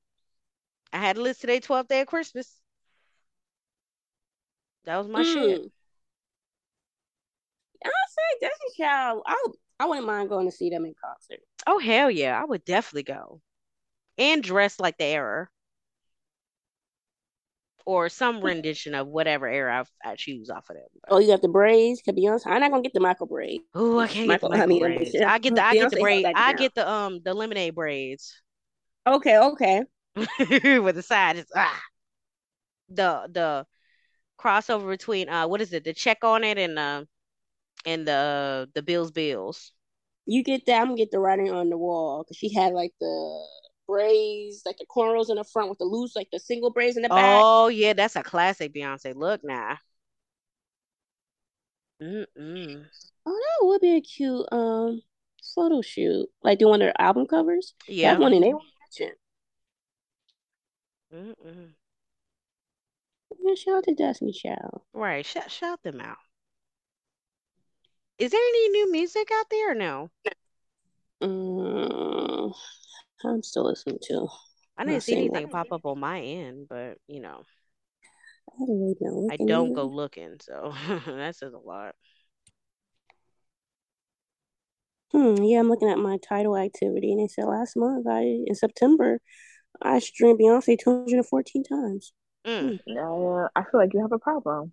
I had to listen to their 12th day of Christmas. That was my shit. mm. I'll say Destiny Child. I I wouldn't mind going to see them in concert. Oh hell yeah, I would definitely go. And dress like the error. Or some rendition of whatever era I, I choose off of them. Oh, you got the braids. Could be honest, I'm not gonna get the Michael braid. Oh, I can't Michael, I get the Michael mean, braids. yeah. I get the I get the Beyonce held braid. that I down. get the um the lemonade braids Okay, okay. with the side is ah the the crossover between uh what is it the check on it and uh and the the Bills Bills. You get that. I'm gonna get the writing on the wall because she had like the braids, like the cornrows in the front with the loose, like the single braids in the back. Oh yeah, that's a classic Beyonce look now. Mm-mm. Oh, that would be a cute um photo shoot, like doing their album covers. Yeah. That one and they were catching. Mm-mm. Yeah, shout out to Destiny Child. Right. Shout shout them out. Is there any new music out there or no? Mm, I'm still listening to. I I'm didn't not see seeing anything that. pop up on my end, but you know, I haven't really been I looking don't either. go looking, so that says a lot. Hmm, yeah, I'm looking at my title activity, and it said last month, I in September, I streamed Beyonce 214 times Mm. Yeah, I feel like you have a problem.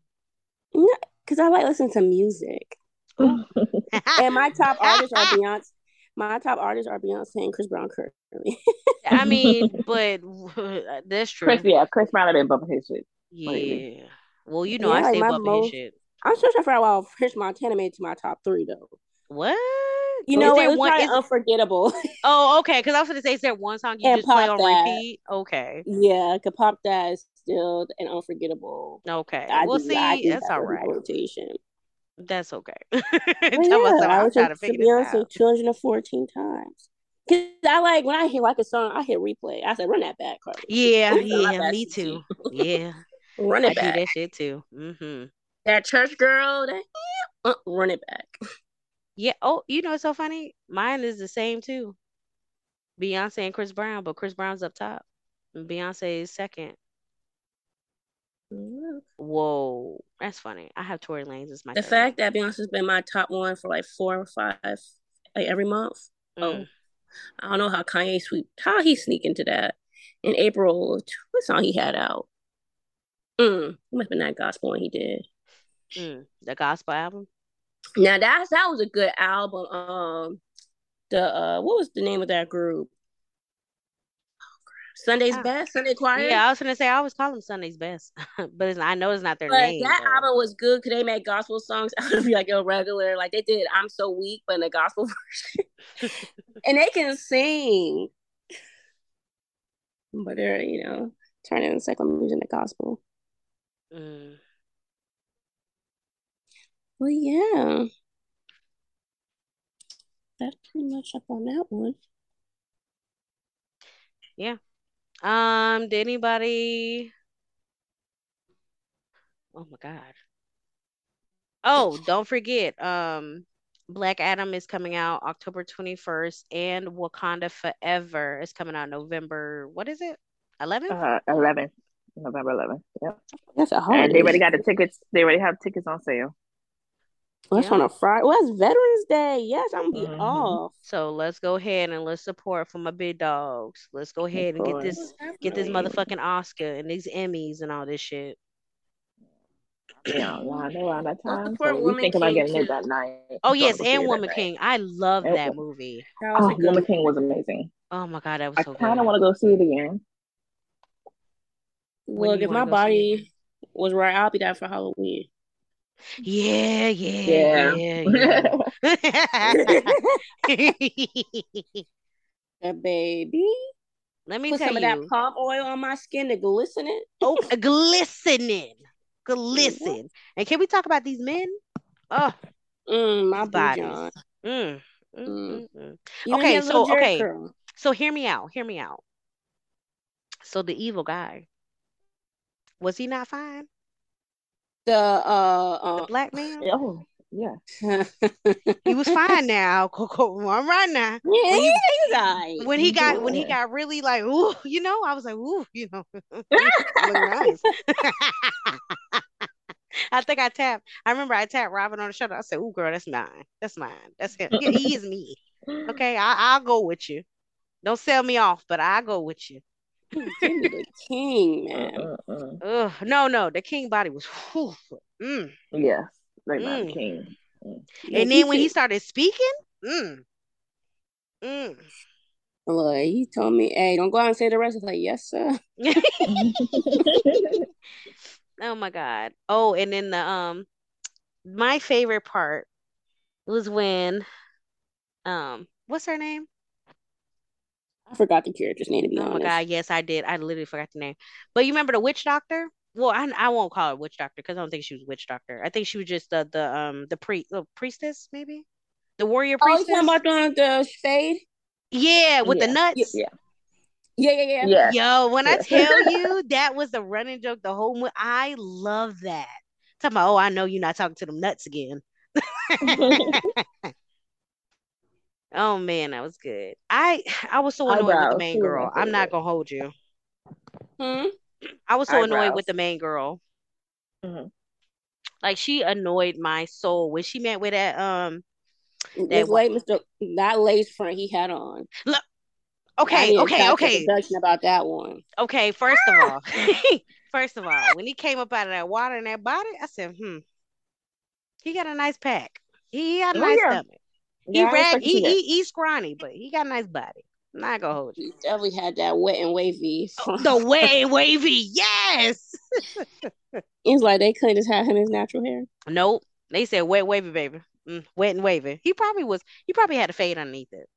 because I like listening to music. And my top artists are Beyonce. My top artists are Beyonce and Chris Brown currently. I mean, but uh, that's true. Chris, yeah, Chris Brown didn't bump his shit. Yeah. Well, you know, I Yeah, like stay my up in his most- shit. I'm still trying to figure out why Rich Montana made it to my top three though. What? Oh, Is You there know, what? it was one- probably is- unforgettable. oh, okay. Because I was gonna say, is there one song you And just play on Pop That. repeat? Okay. yeah, could pop that is still an unforgettable. Okay. I Well, do, I see, do that's that all with my right. rotation. That's okay. But Tell myself yeah, I I'm was trying to just figure this Beyonce out. 214 times. Cause I like when I hear like a song, I hit replay. I said, "Run that back, Carly. Yeah, Run that yeah, back, me Kiki. too. Yeah, Run I it do back." that shit too. hmm That church girl, that uh, run it back. Yeah. Oh, you know what's so funny? Mine is the same too. Beyonce and Chris Brown, but Chris Brown's up top, and Beyonce is second. Mm-hmm. Whoa, that's funny. I have Tory Lanez as my The fact that Beyonce's been my top one for like four or five, like every month. Oh, I don't know how Kanye sweep how he sneak into that in April. of tw- What song he had out? Mm, it must have been that gospel one he did. Mm, the gospel album. Now that's that was a good album. Um, the uh, what was the name of that group? Sunday's Ah. Best, Sunday Choir. Yeah, I was gonna say I always call them Sunday's best, but it's, I know it's not their But name. that though. album was good because they made gospel songs out of like a regular, like they did "I'm So Weak" but in a gospel version, and they can sing. But they're you know turning secular music into gospel. Mm. Well, yeah, that's pretty much up on that one. Um, did anybody? Oh my God. Oh, don't forget, um, Black Adam is coming out October 21st and Wakanda Forever is coming out November, what is it? 11th? Uh, 11, November 11th. Yep. That's Oh, a holiday. And they already got the tickets. They already have tickets on sale. Well, that's Yeah. Mm-hmm. on a Friday. Well, that's Veterans Day. Yes, I'm gonna be Mhm. off. So let's go ahead and let's support for my big dogs. Let's go ahead and get this get this motherfucking Oscar and these Emmys and all this shit. you know, around, around that Well, time. support So we Woman think about King, getting too. it that night. Oh So yes, we'll see and it that Woman night. King. I love And that Wo- movie. That was Oh, a good Woman King was amazing. Oh my god, that was I so kind good. of want to go see it again. When Look, you if wanna my go see body was right, I'll be there for Halloween. Yeah, yeah, Yeah. yeah, yeah. That baby. Let me Put tell some of you. that palm oil on my skin to glisten it. Oh, glistening, glisten. And can we talk about these men? Oh, Mm, my Bodies. body. John. mm, mm, Mm. mm, mm. You know, Okay, he had a little so, jerk okay. curl. So hear me out. Hear me out. So the evil guy, was he not fine? The uh, The uh black man, Oh, yeah. yeah, he was fine now. Coco, I'm right now. you- he's alright. when he You got when he did. got really like ooh, you know, I was like ooh, you know, look nice. I think I tapped. I remember I tapped Robin on the shoulder. I said, "Ooh, girl, that's mine. That's mine. That's him. Yeah, he is me. Okay, I, I'll go with you. Don't sell me off, but I'll go with you." Give me the king, Uh-uh. man. Mm-mm-mm. Ugh, no, no, the king body was. whew, mm. Yes, like my Mm. king. And then when he started speaking, mm, mm. look, he told me, "Hey, don't go out and say the rest." I was like, "Yes, sir." Oh my God. Oh, and then the um my favorite part was when um what's her name? I forgot the character's name to be Oh my honest. God, yes, I did. I literally forgot the name. But you remember the witch doctor? Well, I I won't call her witch doctor because I don't think she was a witch doctor. I think she was just the the um the pre the priestess maybe? The warrior Oh, you priestess? talking about the, the shade? Yeah, with the Yeah. nuts. yeah, Yeah, yeah, yeah. yeah. Yo, when I Yeah. tell you that was the running joke the whole mo- I love that. Talking about, oh, I know you're not talking to them nuts again. Oh man, that was good. I I was so annoyed with the Eyebrows, main she was my girl. I'm not favorite. gonna hold you. Hmm? I was so annoyed with Eyebrows. the main girl. Mhm. Like she annoyed my soul when she met with that um This wa- late Mr. That lace front he had on. I okay, need to okay, talk to okay, production about that one. okay, first of all, first of all, when he came up out of that water and that body, I said, hmm, he got a nice pack. He got a Oh, nice yeah. stomach. He Yeah, I rag respect you he, there. he he scrawny, but he got a nice body. I'm not gonna hold you. He definitely had that wet and wavy. front. The way wavy, yes. It's like they couldn't just have him his natural hair. Nope. They said wet wavy baby. Mm, wet and wavy. He probably was he probably had a fade underneath it.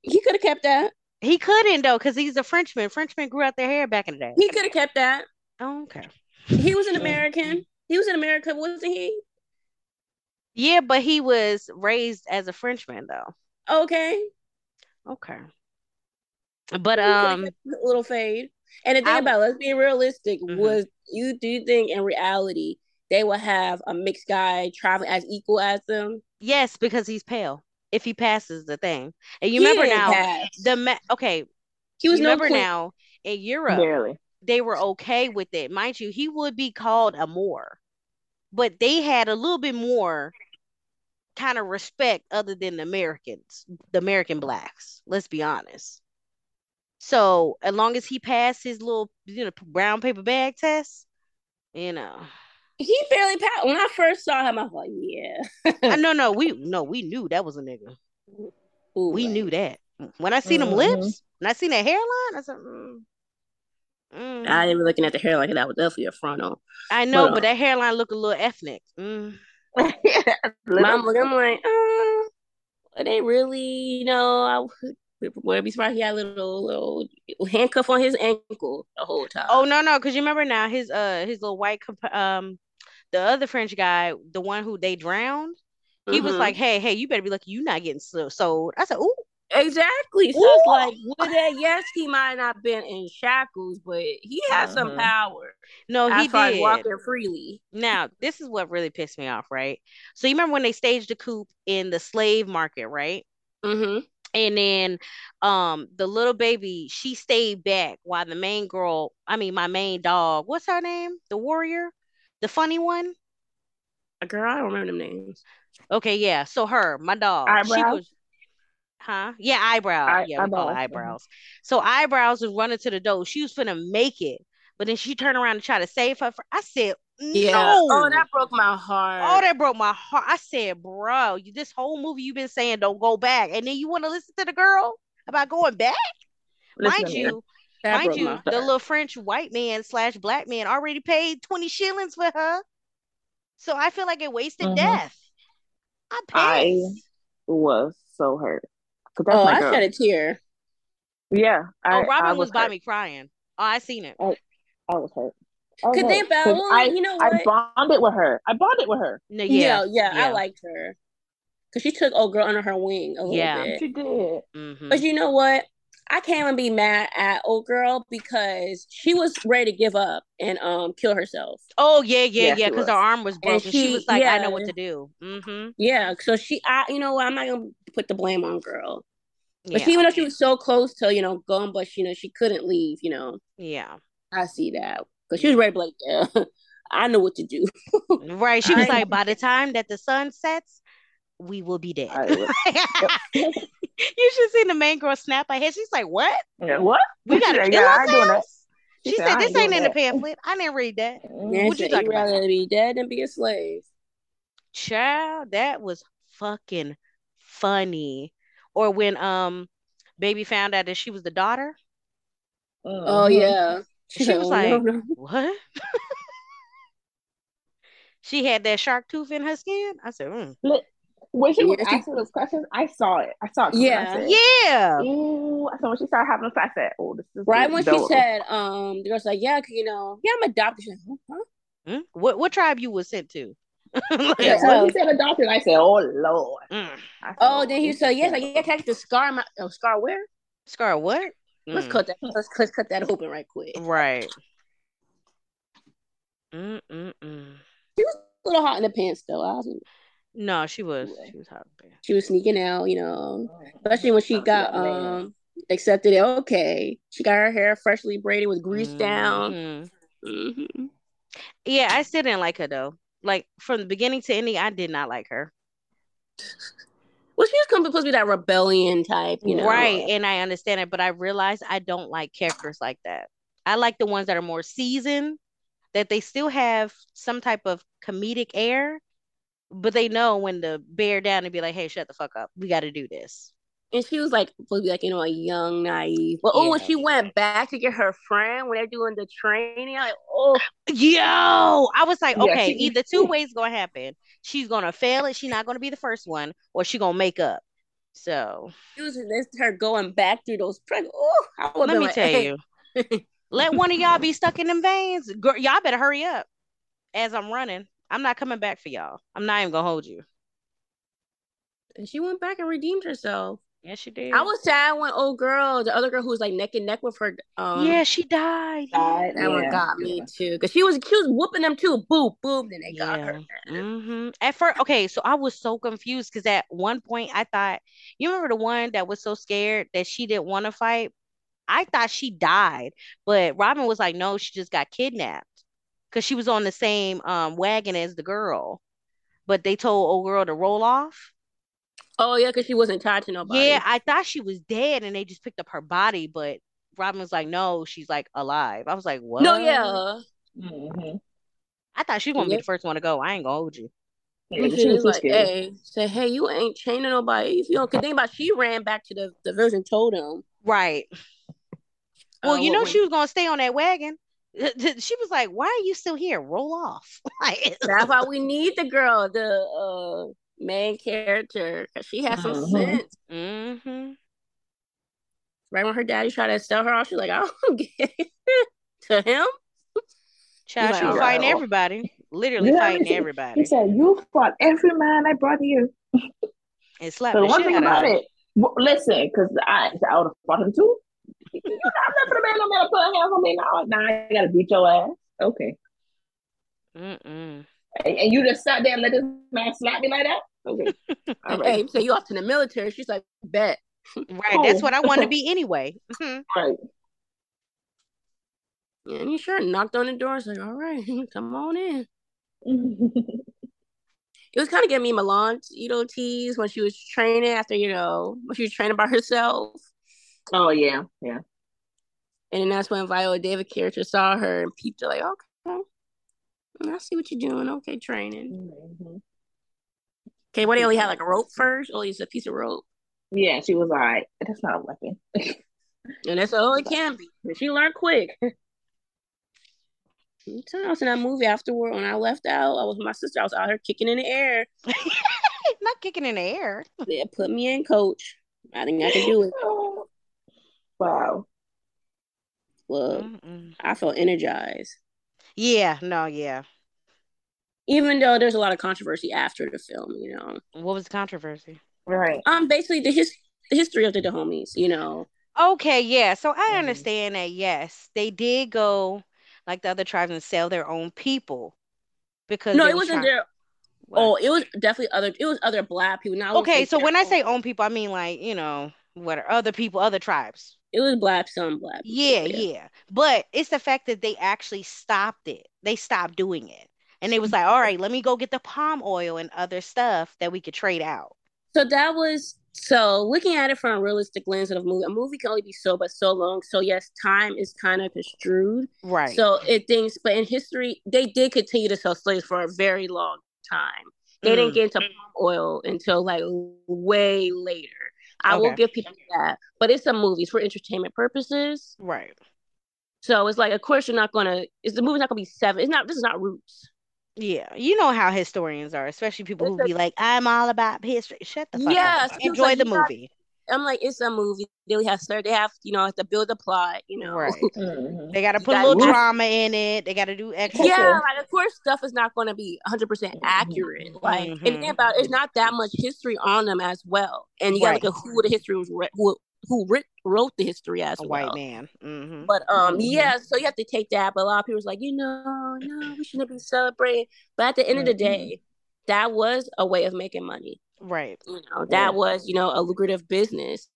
He could have kept that. He couldn't though, because he's a Frenchman. Frenchmen grew out their hair back in the day. He could have kept that. Oh, okay. He was an American. He was in America, wasn't he? Yeah, but he was raised as a Frenchman though. Okay. Okay. But He coulda um kept the little fade. And the thing I- about let's be realistic Mhm. was you do think in reality they will have a mixed guy traveling as equal as them. yes, because he's pale. If he passes the thing. And you He remember didn't now pass. the ma- okay, he was you no remember queen. now in Europe Barely. they were okay with it. Mind you, he would be called a Moor, but they had a little bit more kind of respect other than the Americans, the American blacks, let's be honest. So as long as he passed his little, you know, brown paper bag test, you know, He barely passed. When I first saw him, I was like, yeah. I no no we no we knew that was a nigga. Ooh, We like, knew that. When I seen them Mhm. Mm-hmm. lips, when I seen that hairline, I said, mm, mm. I didn't be looking at the hair like that was definitely a frontal. I know, Well- but that hairline looked a little ethnic. Mm. Mom, look, I'm like, uh, are they really, you know, I would- would be surprised he had a little, little handcuff on his ankle the whole time. Oh no no, because you remember now his uh his little white comp- um the other French guy, the one who they drowned, he was Mm-hmm. Mhm. like, hey hey, you better be lucky you not getting so- sold. I said, ooh, exactly. So it's Ooh. like, with that, yes, he might not been in shackles, but he had some Mhm. power no, Oh, he as far as did. walking freely. Now this is what really pissed me off, right? So you remember when they staged the coup in the slave market, right? Mm-hmm. And then um the little baby, she stayed back while the main girl, I mean my main dog, what's her name? The warrior, the funny one. Uh, Girl, I don't remember them names. Okay, yeah. So her, my dog, she Eyebrows? was, huh? Yeah, eyebrow. Eye- yeah, we call it eyebrows, mhm. eyebrows. So eyebrows was running to the door. She was finna make it, but then she turned around to try to save her. fr- I said, Yeah. No. Oh, that broke my heart. Oh, that broke my heart. I said, bro, you, this whole movie you've been saying don't go back, and then you want to listen to the girl about going back? Listen mind here. you, That mind broke you, my the heart. little French white man slash black man already paid twenty shillings for her, so I feel like it wasted Mm-hmm. Mhm. death. I I- paid. was so hurt. 'Cause that's Oh, my I girl. shed a tear. Yeah, I, oh, Robin I was, by hurt. me crying. Oh, I seen it. I was hurt. I was Could they hurt. bow? Oh, 'Cause Well, I, you know I what? bonded with her. I bonded with her. No, yeah, yeah, yeah, yeah. I liked her because she took old girl under her wing a little Yeah. Mm-hmm. bit. She did. Mhm. But you know what? I can't even be mad at old girl because she was ready to give up and um kill herself. Oh yeah, yeah, Yeah, yeah. she Because was. her arm was broken. She, she- was like, "I know yeah. what to do." Mm-hmm. Yeah, so she, I, you know what? I'm not gonna put the blame on girl, Yeah, but she, even though she was so close to you know going, but she, you know she couldn't leave. You know, yeah. I see that because she was ready to be like, yeah, I know what to do. Right. She was I- like, "By the time that the sun sets, we will be dead." I was- you should see the main girl snap her head. She's like, "What? Yeah, what? We She gotta said, kill "Yeah, I ain't doing that." ourselves?" She, She said, said, "I "This ain't ain't in doing the that." pamphlet. I didn't read that." Mm. Man What you said, talking about? rather be dead than be a slave. Child, that was fucking funny. Or when um, baby found out that she was the daughter, Oh Mhm. yeah, Mm-hmm. She said, was "Oh, no, like- no." what? she had that shark tooth in her skin. I said, mm. When she was Yeah, she- asking those questions, I saw it. I saw it. coming. Yeah. I said, "Yeah, Ooh. So when she started having a fast, I said, "Oh, this is Right when she adorable." said, um, the girl's like, yeah, 'cause, you know, yeah, I'm adopted. She's like, "Huh? huh? Mm, What what tribe you was sent to?" Like, Yeah, when he said adopted, I said, "Oh Lord." mm, I said, Oh, then he this said, is yeah, like, terrible. yeah, can I get the scar? on My, oh, scar where? Scar, what? Let's Mm, cut that. Let's, let's cut that open right quick. Right. Mm, mm, mm. A little hot in the pants though. I was, No, she was. Yeah. She was hot. man. she was sneaking out, you know, especially Mm. when she Oh, got man. um accepted. Okay, she got her hair freshly braided with grease down. Mhm. hmm Yeah, I still didn't like her though. Like from the beginning to ending, I did not like her. Well, she was come- supposed to be that rebellion type, you know. Right, and I understand it, but I realized I don't like characters like that. I like the ones that are more seasoned, that they still have some type of comedic air, but they know when to bear down and be like, "Hey, shut the fuck up. We got to do this." And she was like, supposed to be like, you know, a young, naive. Well, oh, when Yeah. she went back to get her friend when they're doing the training, I'm like, oh, Yo, I was like, Yeah, okay, she- either two ways gonna happen. She's gonna fail it. She's not gonna be the first one, or she gonna make up. So it was this her going back through those preg. Oh, I would've let been me like, tell "Hey." you, let one of y'all be stuck in them veins. Girl, y'all better hurry up. As I'm running, I'm not coming back for y'all. I'm not even gonna hold you. And she went back and redeemed herself. Yes, you did. I was sad when old girl, the other girl who was like neck and neck with her. Um, yeah, she died. Died, that one yeah. got me too because she was she was whooping them too. Boop, boop. Then they got her. hmm At first, okay, so I was so confused because at one point I thought, you remember the one that was so scared that she didn't want to fight? I thought she died, but Robin was like, no, she just got kidnapped because she was on the same um, wagon as the girl. But they told old girl to roll off. Oh yeah, because she wasn't tied to nobody. Yeah, I thought she was dead and they just picked up her body, but Robin was like, no, she's like alive. I was like, what? no, yeah. Mhm. I thought she was gonna be Yeah. the first one to go. I ain't gonna hold you. Yeah, She, but she was was too like, scared. hey, say, hey, you ain't chaining nobody. If you don't, cause think about, it, she ran back to the the virgin, told him. Right. Well, uh, you what know was- she was gonna stay on that wagon. She was like, "Why are you still here? Roll off!" Like, That's why we need the girl, the uh main character, because she has some Mhm. sense. mhm. Right when her daddy tried to sell her off, she's like, I don't get it. to him. Child, she like, was "All right, fighting well." everybody, literally Yeah, fighting she- everybody, He said, "You fought every man I brought you." and slapped So the one shit thing out of about her. it, w- listen, because I, I would have fought him too. You know, I'm not for the man, no man, put hands on me now. Now I gotta beat your ass. Okay. Mm-mm. And, and you just sat there and let this man slap me like that? Okay. All And, right. hey, so you off to the military. She's like, bet. Right, that's Oh. what I wanted to be anyway. Mhm. All right. And he sure knocked on the door. It's like, all right, come on in. It was kind of giving me Milan, you know, tease when she was training after, you know, when she was training by herself. oh yeah, yeah. And then that's when Viola David character saw her and peeped, like, okay. I see what you're doing. Okay, training. Mm-hmm. hmm Okay, what they only had like a rope first, or it's a piece of rope, Yeah, she was like, that's not a weapon. and that's all it can be. But she learned quick. I'm telling you, I was in that movie afterward when I left out. I was with my sister. I was out here kicking in the air. Not kicking in the air. They put me in, coach. I didn't have to do it. wow. Look, Mm-mm. I felt energized. Yeah, no, yeah. Even though there's a lot of controversy after the film, you know. What was the controversy? Right. Um, basically the his the history of the Dahomies, you know. Okay, yeah. So I Mm-hmm. Mhm. understand that, yes, they did go like the other tribes and sell their own people because No, they it was wasn't trying- their What? Oh, it was definitely other. It was other black people. Not Okay, so when I say own people, I mean like, you know, what are other people, other tribes. it was black, some black. people, Yeah, yeah. But it's the fact that they actually stopped it. They stopped doing it. And they was like, all right, let me go get the palm oil and other stuff that we could trade out. So that was so looking at it from a realistic lens of a movie. A movie can only be so but so long. So yes, time is kind of construed. Right. So it thinks, but in history, they did continue to sell slaves for a very long time. They didn't Mm. get into palm oil until like way later. I will Okay. give people that, but it's a movie. It's for entertainment purposes. Right. So it's like, of course, you're not gonna. Is the movie's not gonna be seven? It's not. This is not Roots. Yeah. You know how historians are, especially people It's who a- be like, I'm all about history. Shut the fuck Yeah, up. so people Enjoy like, the you got- movie. I'm like, it's a movie. They have they have you know have to build a plot. You know, Right. Mhm. They gotta You put a gotta little do- drama in it. They gotta do extra yeah, Okay. like of course stuff is not going to be 100 percent Mm-hmm. accurate. Like, and Mhm. think about it, it's not that much history on them as well. And you got to Right. look at who the history was writ- who who writ, wrote the history as A well. white man. hmm But um, Mhm. yeah, so you have to take that. But a lot of people's like, you know, no, we shouldn't be celebrating. But at the end of Mm-hmm. the Mhm. day, that was a way of making money. Right. You know, Yeah. that was you know a lucrative business.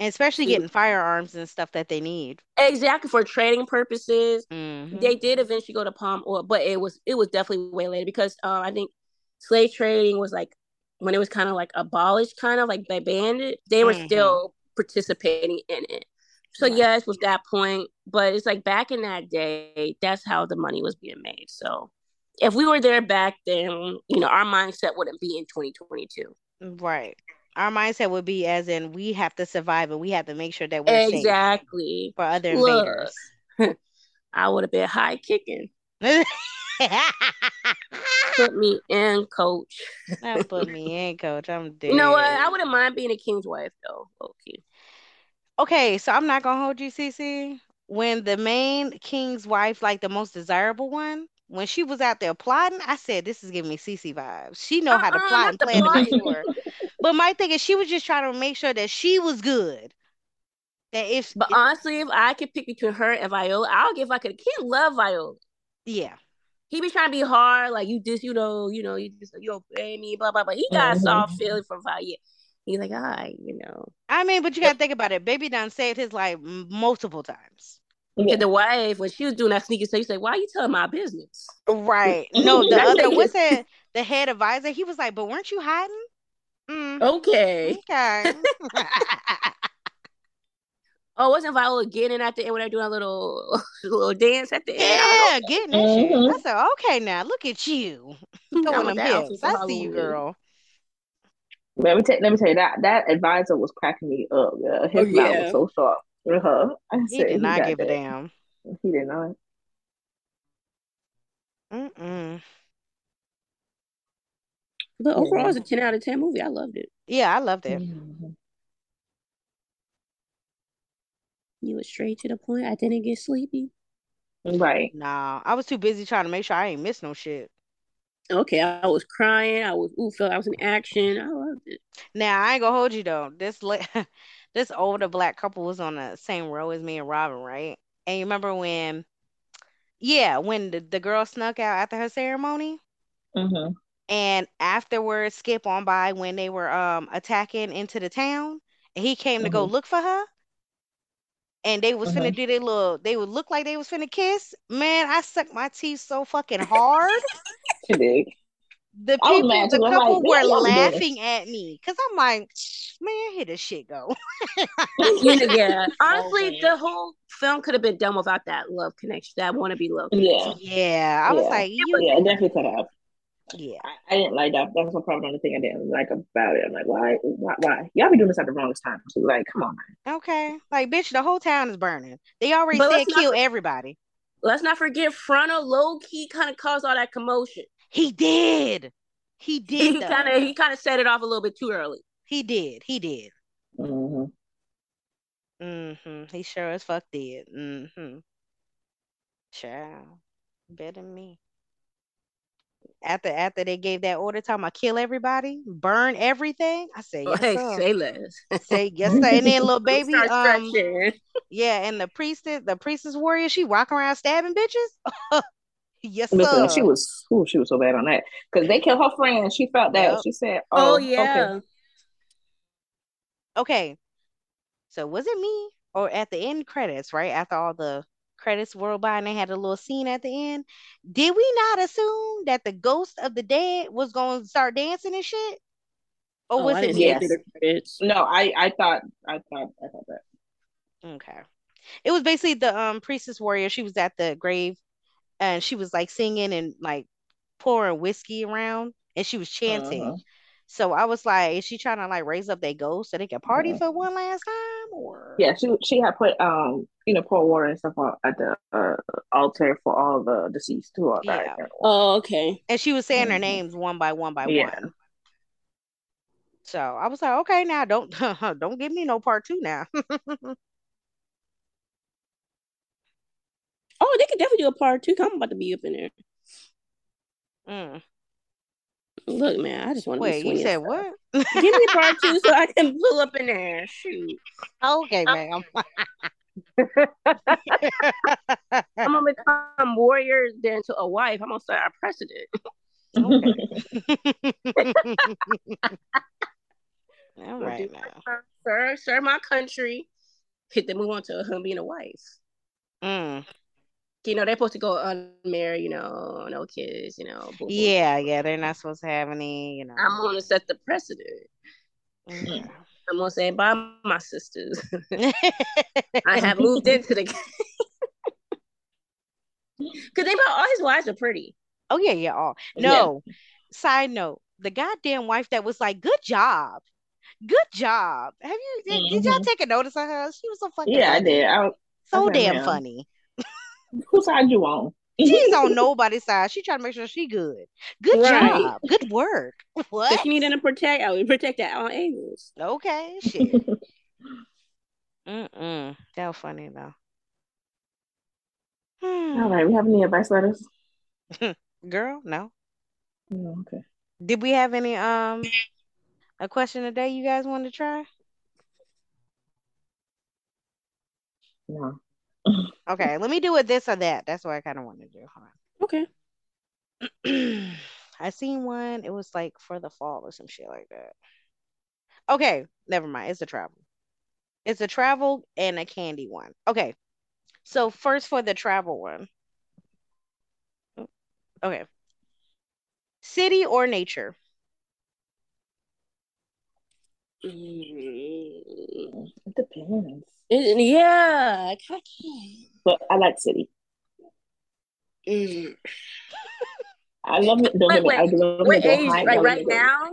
And especially to- getting firearms and stuff that they need. Exactly for trading purposes. Mhm. they did eventually go to palm oil, but it was it was definitely way later because um, I think slave trading was like when it was kind of like abolished, kind of like they banned it. They were Mhm. still participating in it. So Right. yes, was that point, but it's like back in that day, that's how the money was being made. So if we were there back then, you know, our mindset wouldn't be in 2022. Right. Our mindset would be as in we have to survive and we have to make sure that we're safe Exactly. for other Look. invaders. I would have been high kicking. Put me in, coach. That put me in, coach. I'm dead. You know what? I wouldn't mind being a king's wife though. Okay. Okay, so I'm not gonna hold you, CC. When the main king's wife, like the most desirable one, when she was out there plotting, I said this is giving me CC vibes. She know how to Uh-uh, plot not and the plan to make plotting. sure. But my thing is, she was just trying to make sure that she was good. That if, But um, honestly, if I could pick between her and Viola, I'll give I could. Can't love Viola. yeah, He be trying to be hard, like you just you know, you know, you just you obey me, blah blah blah. He got Mm-hmm. Mhm. soft feeling for Viola. He's like, all right, you know. I mean, but you gotta think about it. Baby done saved his life m- multiple times. And the wife, when she was doing that sneaky stuff, she's like, why are you telling my business? Right. No, the That's other it. what's it? The head advisor. He was like, "But weren't you hiding?" Mm, Okay. okay. Oh, wasn't Viola getting at the end when they're doing a little little dance at the end? I yeah, getting that shit. I Mhm. said, "Okay, now look at you don't know. I throwing them want that outfit hips." for I see you, Halloween. girl. Let me tell let me tell you that that advisor was cracking me up. Yeah. His Oh, mouth yeah. was so sharp. Uh-huh. I He said did not got give a that. damn. He did not. Mm-mm. But overall, it's a ten out of ten movie. I loved it. Yeah, I loved it. Mhm. You were straight to the point. I didn't get sleepy. Right. Nah, I was too busy trying to make sure I ain't miss no shit. Okay, I I was crying. I was ooh, felt I was in action. I loved it. Now I ain't gonna hold you though. This la- this older black couple was on the same row as me and Robin, right? And you remember when, yeah, when the, the girl snuck out after her ceremony, Mhm. and afterwards Skip on by when they were um attacking into the town, and he came to go Mhm. look for her, and they was finna Mhm. do their little, they would look like they was finna kiss. Man, I sucked my teeth so fucking hard. She did. The I was people, mad the too. I'm like, couple "Man, were y'all be doing this." laughing at me because I'm like. man, here this shit go. You know, yeah. Honestly, man. the whole film could have been done without that love connection, that wannabe love. Yeah, yeah, I was Yeah. like, But you, yeah, it definitely could have. yeah, I, I didn't like that. That's probably the only thing I didn't like about it. I'm like, why, why, why? Y'all be doing this at the wrongest time. too. Like, come on, man. okay, like bitch, the whole town is burning. They already But said let's not- kill everybody. Let's not forget Fronto low key kind of caused all that commotion. He did. He He did. though. kind of he kind of set it off a little bit too early. He did. He did. Mm-hmm. hmm He sure as fuck did. hmm Child. Better than me. After after they gave that order, talking about kill everybody, burn everything. I said, yes, Like, sir. say less. Say yes, sir. And then little baby, Start um, stretching. yeah, and the priestess, the priestess warrior, she walk around stabbing bitches. yes, Listen, sir. she was, ooh, she was so bad on that because they killed her friend. and She felt that. Yep. She said, Oh, "Oh, yeah. okay. Okay. So was it me or at the end credits, right? After all the credits whirled by and they had a little scene at the end, did we not assume that the ghost of the dead was going to start dancing and shit? Or Oh, was I it didn't me? see it Yes. through the credits. No, I, I thought, I thought, I thought that. Okay. It was basically the um priestess warrior. She was at the grave and she was like singing and like pouring whiskey around and she was chanting. Uh-huh. Mhm. So I was like, is she trying to like raise up their ghost so they can party Mhm. for one last time? Or Yeah, she, she had put, um, you know, pour water and stuff on, at the uh, altar for all the deceased who all died. Yeah. Oh, okay. And she was saying their Mhm. names one by one by Yeah. one. So I was like, okay, now don't don't give me no part two now. Oh, they could definitely do a part two. 'cause I'm about to be up in there. Mm. Look, man, I just want to be Wait, you swinging. said what? Give me part two so I can pull up in there. Shoot, Okay, ma'am. I'm gonna become warrior then to a wife. I'm gonna start our president. All right now. Serve, serve my country. Hit then move on to him being a wife. Mm. You know they're supposed to go unmarried. You know, no kids. You know, boo, boo. Yeah, yeah, they're not supposed to have any, you know. Mm. I'm gonna set the precedent. Yeah. I'm gonna say bye, my sisters. I have moved into the. Cause they all his wives are pretty. Oh yeah, yeah. All. Yeah. No. Side note, the goddamn wife that was like, "Good job, good job." Have you did, did y'all Mhm. take a notice of her? She was so fucking Yeah, I funny. did. I, So Okay, damn ma'am. funny. whose side you on? She's on nobody's side. She trying to make sure she good. Good Right. job. Good work. Cause What? you need them to protect. I would protect at all angles. Okay, shit. Mm-mm. That was funny though. Hmm. All right, we have any advice letters? Girl, no. No, Oh, okay. Did we have any um a question today you guys want to try? No. Okay, let me do a this or that. That's what I kind of want to do. Hold on. Okay. I seen one. It was like for the fall or some shit like that. Okay, never mind. It's a travel. It's a travel and a candy one. Okay. So first for the travel one. Okay. City or nature? Mm, It depends. it- yeah, I can't. But I like city. Mm. I love it. Don't Wait, get me- I wait, love What to go age? hike. I Like love right to go- now,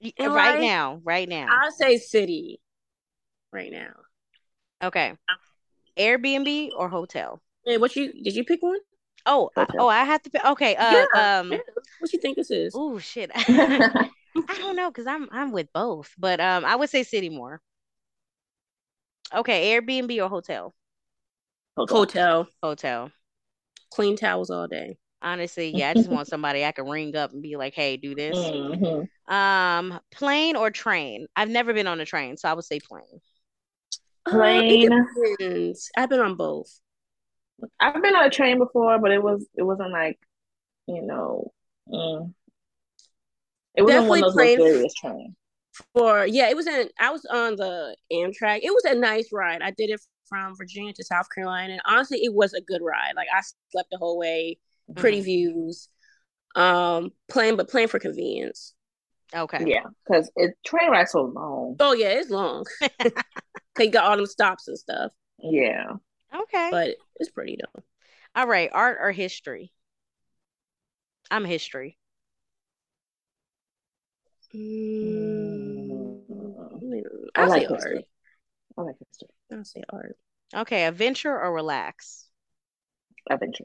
Y- In Right life? now, right now. I'll say city. Right now. Okay. Airbnb or hotel? Hey, what you did you pick one? Oh, I- Hotel. oh, I have to pick. Okay, uh, um, What you think this is? oh shit. I I don't know because I'm I'm with both, but um, I would say city more. Okay, Airbnb or hotel? Hotel, Hotel. clean towels all day. Honestly, yeah, I just want somebody I can ring up and be like, "Hey, do this." Mhm. Um, plane or train? I've never been on a train, so I would say plane. Plane. Uh, it depends. I've been on both. I've been on a train before, but it was it wasn't like, you know, mm. it wasn't one of those Definitely plane. luxurious trains. For yeah, it was in. I was on the Amtrak. It was a nice ride. I did it from Virginia to South Carolina, and honestly, it was a good ride. Like I slept the Mm-hmm. whole way. Pretty views. Um, plane, but plane for convenience. Okay. Yeah, because it train ride's so long. Oh yeah, it's long. Cause you got all them stops and stuff, Yeah, Okay. but it's pretty though. All right. Art or history? I'm history. Mm, I I'll like say art. history. I like history. I'll say art. Okay. Adventure or relax? Adventure.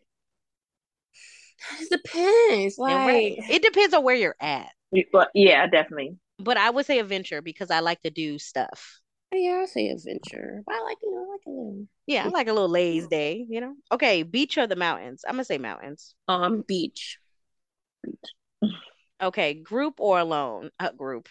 It depends. And Like, where- it depends on where you're at, You- But yeah, definitely. but I would say adventure because I like to do stuff. yeah, I'll say adventure. But I like, you know, I like a little Yeah, I like a little lazy day, you know? Okay, beach or the mountains? I'm gonna say mountains. um beach. Okay, group or alone? Uh, group.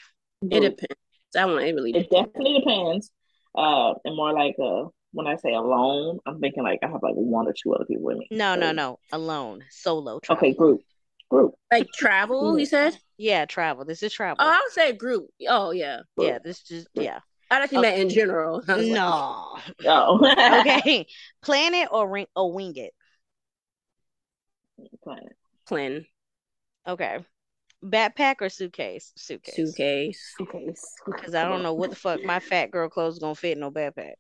It depends. I want it really It depends. definitely depends. Uh, and more like uh, when I say alone, I'm thinking like I have like one or two other people with me. No, no, So- no. Alone, solo travel. Okay, group, group. Like travel, you said? Yeah, travel. This is travel. Oh, I'll say group. Oh yeah. yeah, this is yeah. I actually Oh. meant in general. I was like, No. Oh, Okay. Plan it or ring or wing it. Planet. plan Okay. Backpack or suitcase? Suitcase. suitcase. Suitcase. Because I don't know what the fuck my fat girl clothes gonna fit in no backpack.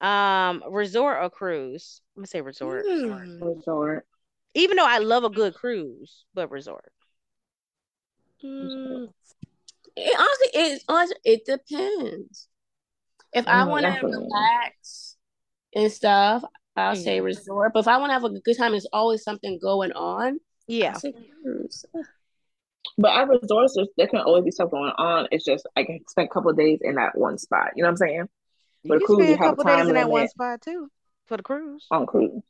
Um, resort or cruise? I'm gonna say resort. Mm. Resort. Even though I love a good cruise, but resort. Mm. It honestly, it honestly, it depends. If Oh, I Mm, want to definitely. relax and stuff, I'll say Mhm. resort. But if I want to have a good time, there's always something going on. I'll Yeah. say cruise. But at resorts, there's- there can always be stuff going on. It's just I can spend a couple of days in that one spot. You know what I'm saying? But a you cruise, spend you a have a couple days time in that one limit. spot too for the cruise. On cruise.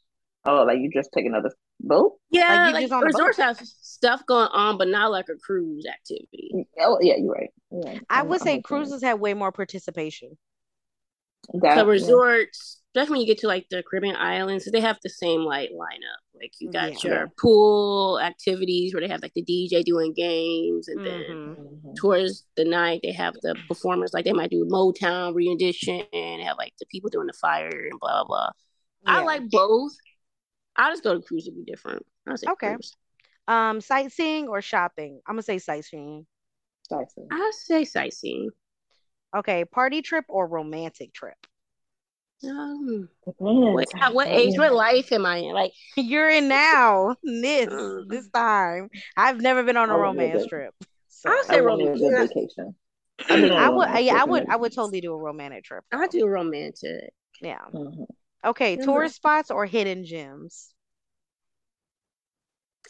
Oh, like you just take another boat? Yeah, you like, just on a boat. resorts have stuff going on, but not like a cruise activity. Oh, yeah, you're right. Yeah, I I'm- would I'm say with you. cruises have way more participation. That- So yeah. resorts, especially when you get to like the Caribbean islands, they have the same like lineup. Like you got Yeah. your pool activities where they have like the DJ doing games, and then Mhm. Mhm. towards the night they have the performers. Like they might do Motown rendition and have like the people doing the fire and blah blah blah. I Yeah. like both. I just go to cruise to be different. I say Okay. cruise. um sightseeing or shopping. I'm gonna say sightseeing. Sightseeing. I say sightseeing. Okay, party trip or romantic trip. Um, Man, what, how- what age, what life am I in? Like You're in now, this Mm. this time. I've never been on a I wouldn't do romance that. trip. So I'll I say want a good romantic. vacation. I would yeah, I would I would totally do a romantic trip. I do romantic. Yeah. Mhm. Okay, Mhm. tourist spots or hidden gems.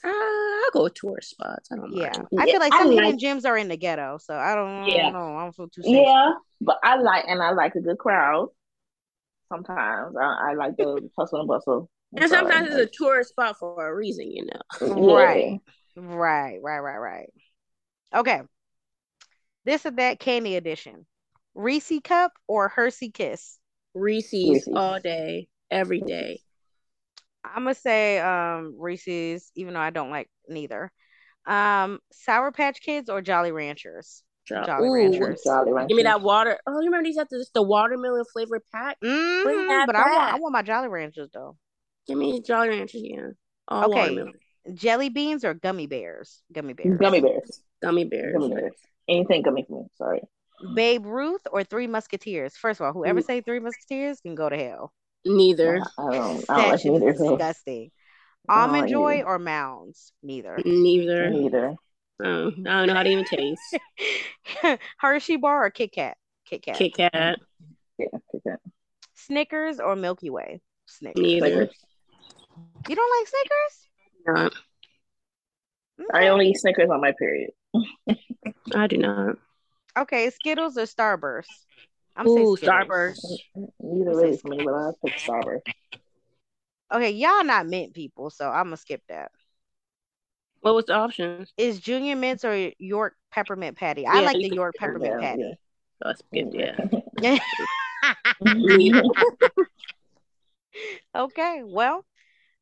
Uh, I'll go tourist spots. I don't Yeah. mind. I Yeah, feel like I some hidden like- gems are in the ghetto, so I don't, I Yeah. don't know. I don't feel too safe. Yeah, but I like and I like a good crowd. Sometimes I, I like the hustle and bustle. And sometimes it's a tourist spot for a reason, you know. a Right. Right, right, right, right. Okay. This or that candy edition. Reese cup or Hershey kiss? Reese's Reese's. all day, every day. I'm gonna say um Reese's, even though I don't like neither. Um, Sour Patch Kids or Jolly Ranchers? Jo- Jolly Ooh, Ranchers. Jolly Ranchers. Give me that water. Oh, you remember these at the, the watermelon flavored pack? Mm, that but I want I back. want my Jolly Ranchers though. Give me Jolly Ranchers, yeah. All Okay. watermelon. Jelly beans or gummy bears? Gummy bears. Gummy bears. Gummy bears. Gummy bears. Anything gummy for me. Sorry. Babe Ruth or Three Musketeers? First of all, whoever Ooh. say Three Musketeers can go to hell. Neither. I I don't. I don't That like shit is neither. of those. disgusting. I Almond don't like Joy neither. or Mounds? Neither. Neither. Neither. Um, I don't know how to even taste. Hershey bar or Kit Kat? Kit Kat. Mm. Kit Kat. Yeah. Take that. Snickers or Milky Way? Snickers. Neither. Snickers. You don't like Snickers? Not. I only eat Snickers on my period. I do Mm. not. Okay, Skittles or Starburst? I'm saying Ooh, Skittles. Starburst. Neither really for me, but I pick Starburst. Okay, y'all not mint people, so I'm gonna skip that. What was the option? Is Junior Mints or York Peppermint Patty? I Yeah, like you the can- York Peppermint yeah, Patty. Oh, it's good, yeah. Neither. Okay, well,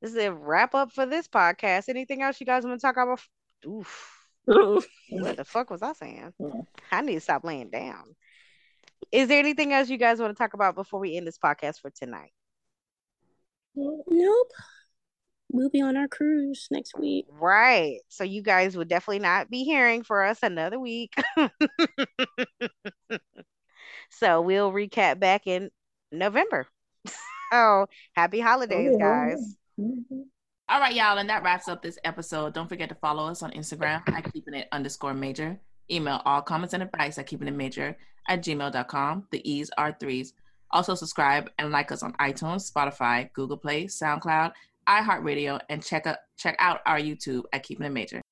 this is a wrap up for this podcast. Anything else you guys want to talk about? Oof, what the fuck was I saying? Yeah. I need to stop laying down. Is there anything else you guys want to talk about before we end this podcast for tonight? nope. we'll be on our cruise next week. Right. So you guys would definitely not be hearing for us another week. so we'll recap back in November. so happy holidays, Oh, yeah. guys. Mhm. All right, y'all, and that wraps up this episode. Don't forget to follow us on Instagram at keeping it underscore major. Email all comments and advice at keeping it major at gmail.com. The E's are threes. Also subscribe and like us on iTunes, Spotify, Google Play, SoundCloud, iHeartRadio, and check out check out our YouTube at Keeping It Major.